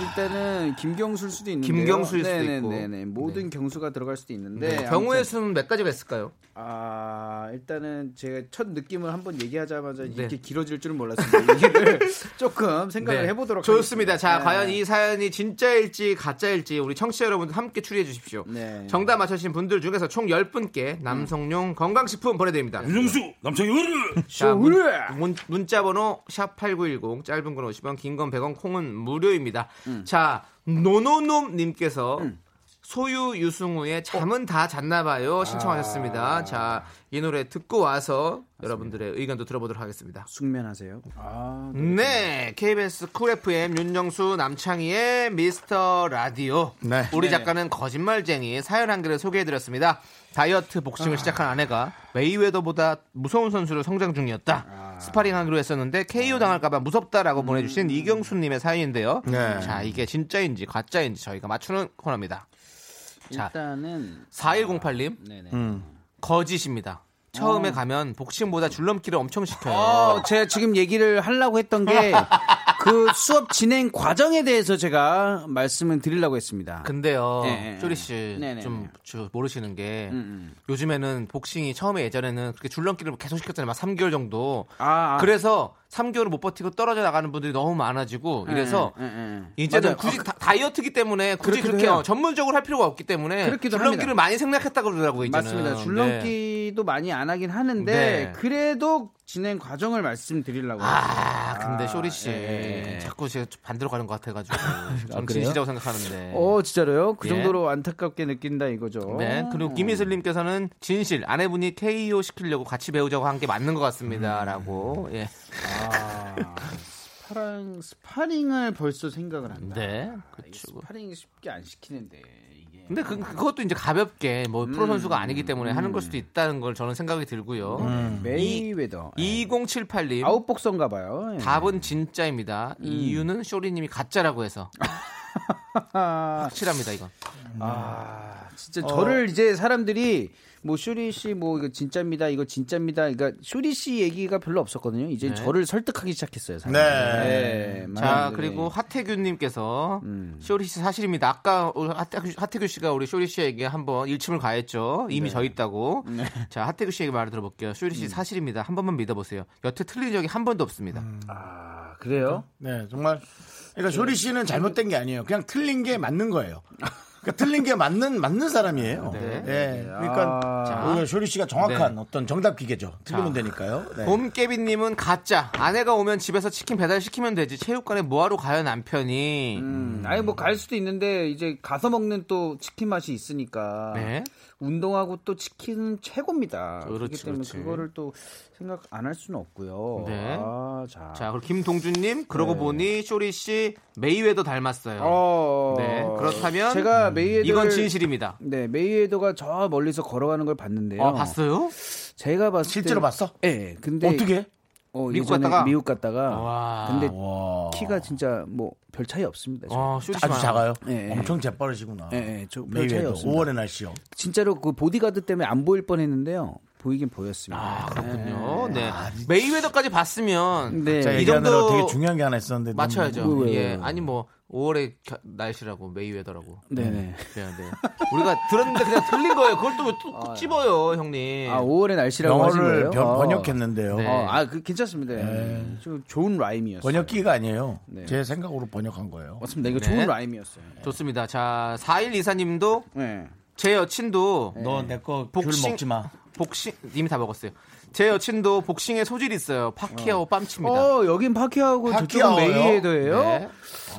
[SPEAKER 7] 일단은 김경수일 수도 있는데
[SPEAKER 2] 김경수일 수도 있고.
[SPEAKER 7] 네네네 모든 경수가 들어갈 수도 있는데
[SPEAKER 2] 네, 경우의
[SPEAKER 7] 아무튼,
[SPEAKER 2] 수는 몇 가지가 있을까요?
[SPEAKER 7] 아 일단은 제가 첫 느낌을 한번 얘기하자마자 이렇게
[SPEAKER 2] 네.
[SPEAKER 7] 길어질 줄은 몰랐습니다. 얘기를 조금 생각을
[SPEAKER 2] 네.
[SPEAKER 7] 해보도록
[SPEAKER 2] 좋습니다. 자,
[SPEAKER 7] 네.
[SPEAKER 2] 과연 이 사연이 진짜일지 가짜일지 우리 청취자 여러분들 함께 추리해 주십시오.
[SPEAKER 7] 네.
[SPEAKER 2] 정답 맞춰주신 분들 중에서 총 10분께 남성용 건강식품 보내드립니다.
[SPEAKER 7] 음.
[SPEAKER 8] 윤정수 남창이 으르
[SPEAKER 2] 자, 문,
[SPEAKER 7] 예.
[SPEAKER 2] 문자 번호 샵8910 짧은 건 50원 긴 건 100원 콩은 무료입니다. 자, 노노놈 님께서 소유 유승우의 잠은 다 잤나 봐요 신청하셨습니다. 자, 이 노래 듣고 와서 여러분들의 의견도 들어보도록 하겠습니다.
[SPEAKER 7] 숙면하세요.
[SPEAKER 2] 네, KBS 쿨 FM 윤정수 남창희의 미스터 라디오.
[SPEAKER 1] 네.
[SPEAKER 2] 우리 작가는 거짓말쟁이 사연 한 개를 소개해드렸습니다. 다이어트 복싱을 시작한 아내가 메이웨더보다 무서운 선수로 성장 중이었다. 스파링하기로 했었는데 KO 당할까봐 무섭다라고 보내주신 이경수님의 사연인데요.
[SPEAKER 1] 네.
[SPEAKER 2] 자, 이게 진짜인지 가짜인지 저희가 맞추는 코너입니다. 자.
[SPEAKER 7] 일단은
[SPEAKER 2] 4108님
[SPEAKER 7] 아. 네네.
[SPEAKER 2] 거짓입니다. 처음에
[SPEAKER 10] 어.
[SPEAKER 2] 가면 복싱보다 줄넘기를 엄청 시켜요.
[SPEAKER 7] 어, 제가 지금 얘기를 하려고 했던 게 그 수업 진행 과정에 대해서 제가 말씀을 드리려고 했습니다.
[SPEAKER 10] 근데요,
[SPEAKER 7] 예, 예.
[SPEAKER 10] 쪼리 씨,
[SPEAKER 7] 네, 네,
[SPEAKER 10] 좀
[SPEAKER 7] 네.
[SPEAKER 10] 저 모르시는 게,
[SPEAKER 7] 음, 음.
[SPEAKER 10] 요즘에는 복싱이 처음에 예전에는 그렇게 줄넘기를 계속 시켰잖아요. 막 3개월 정도.
[SPEAKER 7] 아, 아.
[SPEAKER 10] 그래서 3개월을 못 버티고 떨어져 나가는 분들이 너무 많아지고, 이래서
[SPEAKER 7] 예, 예, 예.
[SPEAKER 10] 이제는
[SPEAKER 7] 맞아요.
[SPEAKER 10] 굳이
[SPEAKER 7] 아,
[SPEAKER 10] 다, 다이어트기 때문에 굳이
[SPEAKER 7] 그렇기도
[SPEAKER 10] 그렇게
[SPEAKER 7] 해요.
[SPEAKER 10] 어, 전문적으로 할 필요가 없기 때문에
[SPEAKER 7] 그렇기도
[SPEAKER 10] 줄넘기를
[SPEAKER 7] 합니다.
[SPEAKER 10] 많이 생략했다고 그러더라고요. 이제는.
[SPEAKER 7] 맞습니다.
[SPEAKER 10] 네.
[SPEAKER 7] 줄넘기도 많이 안 하긴 하는데
[SPEAKER 10] 네.
[SPEAKER 7] 그래도 진행 과정을 말씀드리려고
[SPEAKER 10] 아, 근데 쇼리 씨
[SPEAKER 7] 예, 예.
[SPEAKER 10] 자꾸 제가 좀 반대로 가는 것 같아가지고 저는
[SPEAKER 7] 그래요?
[SPEAKER 10] 진실이라고 생각하는데.
[SPEAKER 7] 어 진짜로요? 그
[SPEAKER 10] 네. 예.
[SPEAKER 7] 정도로 안타깝게 느낀다 이거죠.
[SPEAKER 10] 네. 그리고 김희슬님께서는 진실 아내분이 KO 시키려고 같이 배우자고 한 게 맞는 것 같습니다라고. 예.
[SPEAKER 7] 아, 스파링 스파링을 벌써 생각을 한다.
[SPEAKER 10] 네.
[SPEAKER 7] 이게
[SPEAKER 10] 그렇죠.
[SPEAKER 7] 스파링 쉽게 안 시키는데 이게.
[SPEAKER 10] 근데 그, 그것도 이제 가볍게 뭐 프로 선수가 아니기 때문에 하는 걸 수도 있다는 걸 저는 생각이 들고요.
[SPEAKER 7] 음. 메이웨더
[SPEAKER 10] 2078님
[SPEAKER 7] 네. 아웃복서인가 봐요. 예.
[SPEAKER 10] 답은 진짜입니다.
[SPEAKER 7] 음.
[SPEAKER 10] 이유는 쇼리님이 가짜라고 해서
[SPEAKER 7] 아,
[SPEAKER 10] 확실합니다 이건.
[SPEAKER 7] 아,
[SPEAKER 10] 어.
[SPEAKER 7] 진짜 저를 이제 사람들이 뭐 쇼리 씨 뭐 이거 진짜입니다 이거 진짜입니다 그러니까 쇼리 씨 얘기가 별로 없었거든요 이제 저를 설득하기 시작했어요 사람들이.
[SPEAKER 1] 네.
[SPEAKER 7] 네,
[SPEAKER 10] 네.
[SPEAKER 7] 음.
[SPEAKER 10] 자
[SPEAKER 7] 많은
[SPEAKER 10] 그리고
[SPEAKER 7] 분들이.
[SPEAKER 10] 하태규님께서 쇼리 씨 사실입니다. 아까 우리 하태규, 하태규 씨가 우리 쇼리 씨에게 한번 일침을 가했죠. 이미
[SPEAKER 7] 네.
[SPEAKER 10] 져 있다고. 자 하태규 씨에게 말을 들어볼게요. 쇼리
[SPEAKER 7] 음.
[SPEAKER 10] 씨 사실입니다. 한 번만 믿어보세요. 여태 틀린 적이 한 번도 없습니다.
[SPEAKER 7] 아, 그래요
[SPEAKER 1] 네, 정말. 그러니까 쇼리 씨는 잘못된 게 아니에요. 그냥 틀린 게 맞는 거예요. 그러니까 틀린 게 맞는 맞는 사람이에요. 네. 그러니까
[SPEAKER 10] 자.
[SPEAKER 1] 오히려 쇼리 씨가 정확한
[SPEAKER 10] 네.
[SPEAKER 1] 어떤 정답 기계죠. 틀리면
[SPEAKER 10] 자.
[SPEAKER 1] 되니까요. 네.
[SPEAKER 10] 봄깨비님은 가짜. 아내가 오면 집에서 치킨 배달 시키면 되지. 체육관에 뭐하러 가요 남편이.
[SPEAKER 7] 음, 아니 뭐 갈 수도 있는데 이제 가서 먹는 또 치킨 맛이 있으니까
[SPEAKER 10] 네.
[SPEAKER 7] 운동하고 또 치킨은 최고입니다.
[SPEAKER 10] 그렇지,
[SPEAKER 7] 그렇기 때문에
[SPEAKER 10] 그렇지.
[SPEAKER 7] 그거를또 생각 안 할 수는 없고요.
[SPEAKER 10] 네.
[SPEAKER 7] 아, 자.
[SPEAKER 10] 자 그리고 김동준님 그러고 보니 쇼리 씨 메이웨더 닮았어요.
[SPEAKER 7] 어,
[SPEAKER 10] 네, 그렇다면
[SPEAKER 7] 제가 메이웨더
[SPEAKER 10] 이건 진실입니다.
[SPEAKER 7] 네, 메이웨더가 저 멀리서 걸어가는 걸 봤는데요.
[SPEAKER 10] 아 봤어요?
[SPEAKER 7] 제가 봤을
[SPEAKER 1] 실제로
[SPEAKER 7] 때-
[SPEAKER 1] 봤어?
[SPEAKER 7] 예. 네, 근데
[SPEAKER 1] 어떻게? 아,
[SPEAKER 7] 어,
[SPEAKER 10] 미국
[SPEAKER 7] 예전에
[SPEAKER 10] 갔다가?
[SPEAKER 7] 미국 갔다가
[SPEAKER 10] 와.
[SPEAKER 7] 근데
[SPEAKER 1] 와.
[SPEAKER 7] 네. 키가 진짜 뭐 별 차이 없습니다. 지금.
[SPEAKER 10] 어, 쇼리 씨
[SPEAKER 1] 아주
[SPEAKER 10] 많아.
[SPEAKER 1] 작아요.
[SPEAKER 7] 예,
[SPEAKER 1] 엄청 재빠르시구나.
[SPEAKER 7] 예, 예, 저별 차이
[SPEAKER 1] 메이웨더
[SPEAKER 7] 없습니다.
[SPEAKER 1] 5월의 날씨요.
[SPEAKER 7] 진짜로 그 보디가드 때문에 안 보일 뻔했는데요. 보이긴 보였습니다.
[SPEAKER 10] 아, 그렇군요. 네. 메이웨더까지 봤으면
[SPEAKER 7] 네.
[SPEAKER 1] 제가
[SPEAKER 10] 이
[SPEAKER 1] 얘기하느라
[SPEAKER 10] 정도
[SPEAKER 1] 되게 중요한 게 하나 있었는데 너무-
[SPEAKER 10] 맞춰야죠.
[SPEAKER 7] 왜, 왜,
[SPEAKER 10] 예.
[SPEAKER 7] 왜, 왜.
[SPEAKER 10] 아니 뭐 5월의 겨- 날씨라고 메이웨더라고.
[SPEAKER 7] 네네.
[SPEAKER 10] 그냥 네. 우리가 들었는데 그냥 틀린 거예요. 그걸 또왜또
[SPEAKER 1] 아,
[SPEAKER 10] 꼭 찝어요, 형님.
[SPEAKER 7] 아, 5월의 날씨라고 하신
[SPEAKER 1] 영어를
[SPEAKER 7] 거예요?
[SPEAKER 1] 변-
[SPEAKER 7] 어.
[SPEAKER 1] 번역했는데요.
[SPEAKER 10] 네.
[SPEAKER 7] 어, 아, 그 괜찮습니다. 좀 좋은 라임이었어요.
[SPEAKER 1] 번역기가 아니에요.
[SPEAKER 7] 네.
[SPEAKER 1] 제 생각으로 번역한 거예요.
[SPEAKER 7] 맞습니다. 이거
[SPEAKER 10] 네.
[SPEAKER 7] 좋은 라임이었어요.
[SPEAKER 10] 좋습니다. 자, 4일 이사님도
[SPEAKER 7] 네.
[SPEAKER 10] 제 여친도
[SPEAKER 1] 너 내 거 귤
[SPEAKER 10] 복싱-
[SPEAKER 1] 먹지 마.
[SPEAKER 10] 복싱 이미 다 먹었어요. 제 여친도 복싱에 소질 이 있어요. 파키아오 뺨칩니다.
[SPEAKER 7] 어, 여긴 파키하고 저쪽은
[SPEAKER 1] 파키아오요?
[SPEAKER 7] 메이웨더예요.
[SPEAKER 10] 네.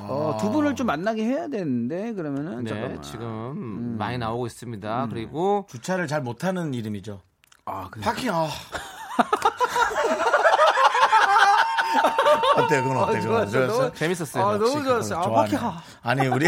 [SPEAKER 7] 어, 두 분을 좀 만나게 해야 되는데 그러면은
[SPEAKER 10] 네,
[SPEAKER 7] 잠깐만.
[SPEAKER 10] 지금
[SPEAKER 1] 음.
[SPEAKER 10] 많이 나오고 있습니다. 그리고
[SPEAKER 1] 주차를 잘 못하는 이름이죠.
[SPEAKER 7] 아, 그래.
[SPEAKER 1] 파킹 아. 어때 그건 어때 그건
[SPEAKER 7] 좋았어요.
[SPEAKER 1] 아, 좋았어요?
[SPEAKER 7] 너무-
[SPEAKER 10] 재밌었어요.
[SPEAKER 7] 아, 너무
[SPEAKER 1] 역시
[SPEAKER 7] 좋았어요. 아,
[SPEAKER 1] 그걸 좋아하네.
[SPEAKER 7] 파키아.
[SPEAKER 1] 아니 우리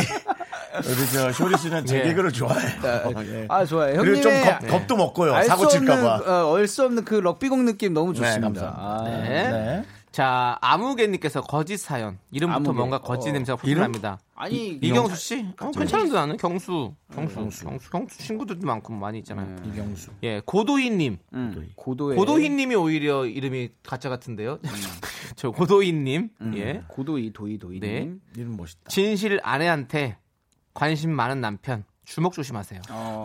[SPEAKER 1] 우리 저 쇼리 씨는 제
[SPEAKER 10] 예.
[SPEAKER 1] 개그를 좋아해요. 예.
[SPEAKER 7] 아, 좋아요.
[SPEAKER 1] 그리고
[SPEAKER 7] 형님의
[SPEAKER 1] 좀 겁, 도 먹고요.
[SPEAKER 7] 알수
[SPEAKER 1] 사고
[SPEAKER 7] 없는
[SPEAKER 1] 칠까봐.
[SPEAKER 7] 어, 얼수 없는 그 럭비공 느낌 너무
[SPEAKER 1] 네,
[SPEAKER 7] 좋습니다.
[SPEAKER 1] 감사합니다.
[SPEAKER 7] 아,
[SPEAKER 10] 네.
[SPEAKER 1] 네.
[SPEAKER 10] 자, 아무개님께서 거짓 사연. 이름부터
[SPEAKER 7] 아무개.
[SPEAKER 10] 뭔가 거짓
[SPEAKER 7] 어.
[SPEAKER 10] 냄새가 풍납니다.
[SPEAKER 7] 아니
[SPEAKER 10] 이경수 씨? 어, 괜찮은데 나는 경수. 경수, 경수, 경수, 경수 친구들도 많고 많이 있잖아요.
[SPEAKER 1] 이경수.
[SPEAKER 10] 예, 고도희님.
[SPEAKER 7] 음, 고도의
[SPEAKER 10] 고도희님이 오히려 이름이 가짜 같은데요. 저 고도희님. 예.
[SPEAKER 7] 고도이 도이 도이
[SPEAKER 10] 네.
[SPEAKER 7] 님.
[SPEAKER 1] 이름 멋있다.
[SPEAKER 10] 진실 아내한테 관심 많은 남편. 주먹 조심하세요.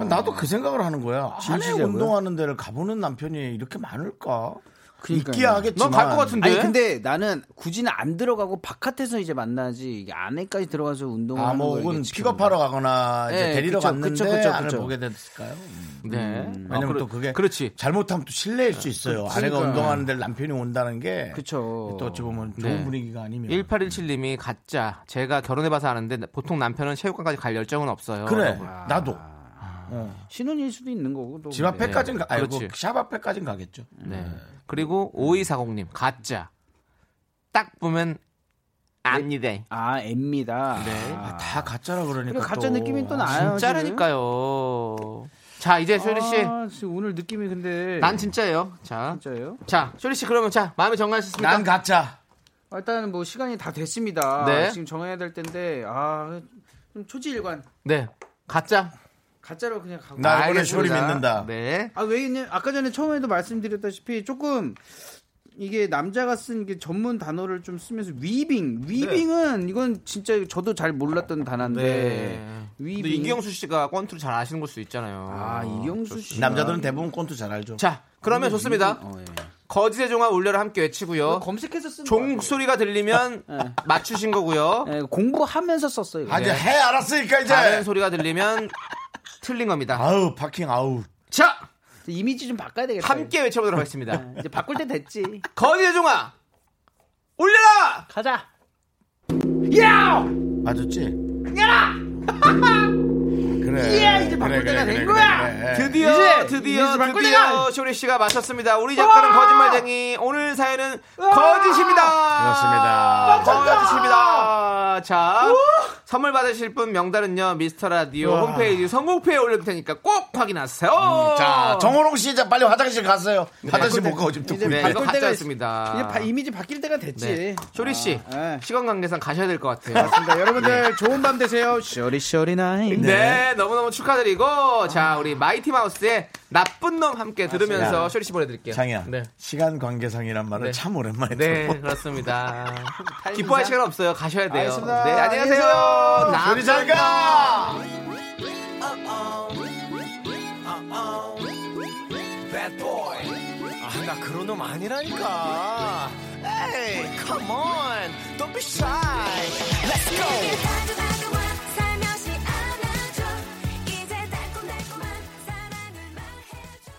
[SPEAKER 1] 나도 그 생각을 하는 거야. 아내
[SPEAKER 7] 진실이라고요?
[SPEAKER 1] 운동하는 데를 가보는 남편이 이렇게 많을까?
[SPEAKER 7] 그러니까요.
[SPEAKER 1] 있기야 하겠지만.
[SPEAKER 10] 넌갈것 같은데.
[SPEAKER 1] 네.
[SPEAKER 7] 아니 근데 나는 굳이는 안 들어가고 바깥에서 이제 만나지 이게 안에까지 들어가서 운동을
[SPEAKER 1] 아,
[SPEAKER 7] 하는
[SPEAKER 1] 뭐
[SPEAKER 7] 거
[SPEAKER 1] 혹은
[SPEAKER 7] 이게 지금
[SPEAKER 1] 픽업하러 가거나 이제
[SPEAKER 7] 예,
[SPEAKER 1] 데리러
[SPEAKER 7] 그쵸,
[SPEAKER 1] 갔는데
[SPEAKER 7] 그쵸, 그쵸,
[SPEAKER 1] 아내를
[SPEAKER 7] 그쵸.
[SPEAKER 1] 보게 됐을까요? 음.
[SPEAKER 10] 네.
[SPEAKER 1] 왜냐면
[SPEAKER 10] 아, 그러-
[SPEAKER 1] 또 그게
[SPEAKER 10] 그렇지.
[SPEAKER 1] 잘못하면 또 실례일 수 있어요. 아내가
[SPEAKER 7] 그러니까요.
[SPEAKER 1] 운동하는 데 남편이 온다는 게 또
[SPEAKER 7] 그쵸.
[SPEAKER 1] 어찌 보면 좋은
[SPEAKER 10] 네.
[SPEAKER 1] 분위기가 아니면
[SPEAKER 10] 1817님이 가짜. 제가 결혼해봐서 아는데 보통 남편은 체육관까지 갈 열정은 없어요.
[SPEAKER 1] 그래
[SPEAKER 10] 라고.
[SPEAKER 7] 아,
[SPEAKER 1] 나도
[SPEAKER 7] 신혼일 수도 있는 거고 또
[SPEAKER 1] 집 앞에까진 가, 아니
[SPEAKER 10] 그렇지.
[SPEAKER 1] 샵 앞에까진 가겠죠.
[SPEAKER 10] 네. 그리고 5240님 가짜. 딱 보면 압니다.
[SPEAKER 7] 아 앱니다.
[SPEAKER 10] 네.
[SPEAKER 7] 아,
[SPEAKER 1] 다 가짜라 그러니까
[SPEAKER 7] 그래, 가짜
[SPEAKER 1] 또.
[SPEAKER 7] 느낌이 또
[SPEAKER 1] 아,
[SPEAKER 7] 나요.
[SPEAKER 10] 진짜라니까요. 자 이제 쇼리 씨,
[SPEAKER 7] 아, 지금 오늘 느낌이 근데
[SPEAKER 10] 난 진짜예요. 자,
[SPEAKER 7] 진짜예요?
[SPEAKER 10] 자 쇼리 씨 그러면 자 마음에 정하셨습니까?
[SPEAKER 1] 난 가짜.
[SPEAKER 7] 아, 일단 뭐 시간이 다 됐습니다.
[SPEAKER 10] 네.
[SPEAKER 7] 지금 정해야 될 텐데 아 좀 초지일관
[SPEAKER 10] 네, 가짜.
[SPEAKER 7] 가짜로 그냥 가고.
[SPEAKER 1] 나 이번에
[SPEAKER 10] 알겠습니다.
[SPEAKER 1] 쇼리 믿는다.
[SPEAKER 10] 네.
[SPEAKER 7] 아 왜냐면 아까 전에 처음에도 말씀드렸다시피 조금 이게 남자가 쓴 게 전문 단어를 좀 쓰면서
[SPEAKER 10] 네.
[SPEAKER 7] 위빙. 위빙은 이건 진짜 저도 잘 몰랐던 단어인데.
[SPEAKER 10] 네.
[SPEAKER 7] 위빙.
[SPEAKER 10] 근데 이경수 씨가 권투를 잘 아시는 걸 수 있잖아요.
[SPEAKER 7] 아, 이경수 씨.
[SPEAKER 1] 남자들은 대부분 콘투 잘 알죠.
[SPEAKER 10] 자, 그러면 좋습니다.
[SPEAKER 7] 어, 예. 어,
[SPEAKER 10] 거짓의 종아 울려라 함께 외치고요.
[SPEAKER 7] 검색해서 쓴 거.
[SPEAKER 10] 종소리가 들리면 맞추신 거고요.
[SPEAKER 7] 같아요. 예, 공부하면서 썼어요. 이거.
[SPEAKER 1] 아, 이제 해 알았으니까 이제.
[SPEAKER 10] 다른 소리가 들리면 틀린 겁니다.
[SPEAKER 1] 아우 파킹 아우.
[SPEAKER 10] 자,
[SPEAKER 7] 네. 이미지 좀 바꿔야 되겠다.
[SPEAKER 10] 함께 외쳐보도록 하겠습니다.
[SPEAKER 7] 이제 바꿀 때 됐지.
[SPEAKER 10] 거짓의 종아 울려라!
[SPEAKER 7] 가자.
[SPEAKER 1] 맞았지? 그래.
[SPEAKER 7] 이야, 이제 바꿀 때가 된 거야.
[SPEAKER 10] 드디어
[SPEAKER 7] 이제,
[SPEAKER 10] 드디어
[SPEAKER 7] 이제 바꿀
[SPEAKER 10] 드디어
[SPEAKER 7] 때가!
[SPEAKER 10] 쇼리 씨가 맞췄습니다. 우리 작가는 거짓말쟁이. 오늘 사연은 거짓입니다.
[SPEAKER 1] 그렇습니다.
[SPEAKER 10] 거짓입니다. 자 선물 받으실 분 명단은요 미스터 라디오
[SPEAKER 1] 우와.
[SPEAKER 10] 홈페이지 선곡표에 올릴 테니까 꼭 확인하세요.
[SPEAKER 7] 음,
[SPEAKER 10] 어.
[SPEAKER 1] 자 정호롱 씨 이제 빨리 화장실 갔어요. 화장실 못 가고 지금 듣고
[SPEAKER 7] 이제
[SPEAKER 10] 네,
[SPEAKER 1] 있네.
[SPEAKER 10] 이거
[SPEAKER 7] 바꿀 때가
[SPEAKER 10] 가짜였습니다.
[SPEAKER 7] 이제 바- 이미지 바뀔 때가 됐지.
[SPEAKER 10] 아. 네. 쇼리 씨
[SPEAKER 7] 네.
[SPEAKER 10] 시간 관계상 가셔야 될 것 같아요.
[SPEAKER 7] 맞습니다. 여러분들 좋은 밤 되세요. 쇼리 쇼리 나이.
[SPEAKER 10] 네. 너무너무 축하드리고
[SPEAKER 7] 아.
[SPEAKER 10] 자 우리 마이티 마우스의 나쁜 놈 함께 들으면서 쇼리 씨 보내드릴게요.
[SPEAKER 1] 장이야. 뭐-
[SPEAKER 10] 네.
[SPEAKER 1] 시간 관계상이란 말을
[SPEAKER 10] 네.
[SPEAKER 1] 참 오랜만에
[SPEAKER 10] 네,
[SPEAKER 1] 들어.
[SPEAKER 10] 그렇습니다.
[SPEAKER 7] 네.
[SPEAKER 10] 기뻐할 시간 없어요. 가셔야 돼요.
[SPEAKER 7] 알겠습니다.
[SPEAKER 10] 네,
[SPEAKER 1] 안녕히
[SPEAKER 10] 안녕히 가세요.
[SPEAKER 1] 계세요. 우리 잘 가!
[SPEAKER 10] 아, 나 그런 놈 아니라니까. 에이, come on. Don't be shy. Let's go.
[SPEAKER 4] 다가와 살며시 안아줘 이제 달콤달콤한 사랑을 말해줘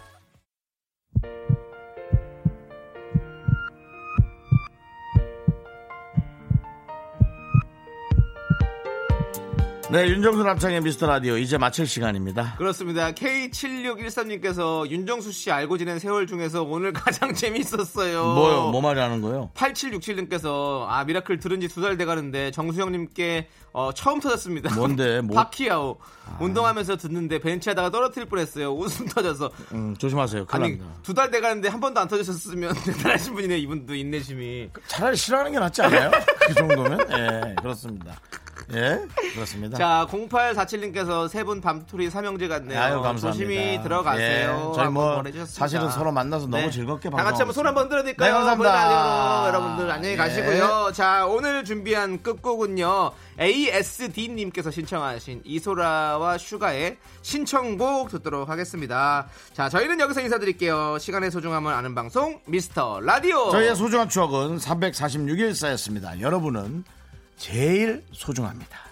[SPEAKER 1] 네, 윤정수 남창의 미스터 라디오 이제 마칠 시간입니다.
[SPEAKER 10] 그렇습니다. K7613님께서 윤정수 씨 알고 지낸 세월 중에서 오늘 가장 재밌었어요.
[SPEAKER 1] 뭐요? 뭐 말하는 거요?
[SPEAKER 10] 8767님께서 아 미라클 들은 지 두 달 돼가는데 정수영님께 어, 처음 터졌습니다.
[SPEAKER 1] 뭔데? 뭐?
[SPEAKER 10] 파키아오 운동하면요 운동하면서 듣는데 벤치하다가 떨어뜨릴 뻔했어요. 웃음 터져서
[SPEAKER 1] 음, 조심하세요. 큰일
[SPEAKER 10] 아니
[SPEAKER 1] 납니다.
[SPEAKER 10] 두 달 돼가는데 한 번도 안 터졌었으면 대단하신 분이네 이분도 인내심이.
[SPEAKER 1] 차라리 싫어하는 게 낫지 않아요? 그 정도면? 예, 그렇습니다. 예, 그렇습니다.
[SPEAKER 10] 자 0847님께서 세 분 밤토리 삼형제 같네요. 어,
[SPEAKER 1] 아유, 감사합니다.
[SPEAKER 10] 조심히 들어가세요.
[SPEAKER 1] 예, 저희
[SPEAKER 10] 라고
[SPEAKER 1] 뭐
[SPEAKER 10] 보내주셨습니다. 네.
[SPEAKER 1] 사실은 서로 만나서 너무 즐겁게
[SPEAKER 10] 다 같이 한번 손
[SPEAKER 1] 방송하고
[SPEAKER 10] 한번 들어드릴까요?
[SPEAKER 1] 네, 감사합니다.
[SPEAKER 10] 보이라디오로 여러분들 안녕히
[SPEAKER 1] 예.
[SPEAKER 10] 가시고요. 자 오늘 준비한 끝곡은요 ASD님께서 신청하신 이소라와 슈가의 신청곡 듣도록 하겠습니다. 자 저희는 여기서 인사드릴게요. 시간의 소중함을 아는 방송 미스터 라디오.
[SPEAKER 1] 저희의 소중한 추억은 346일 쌓였습니다. 여러분은 제일 소중합니다.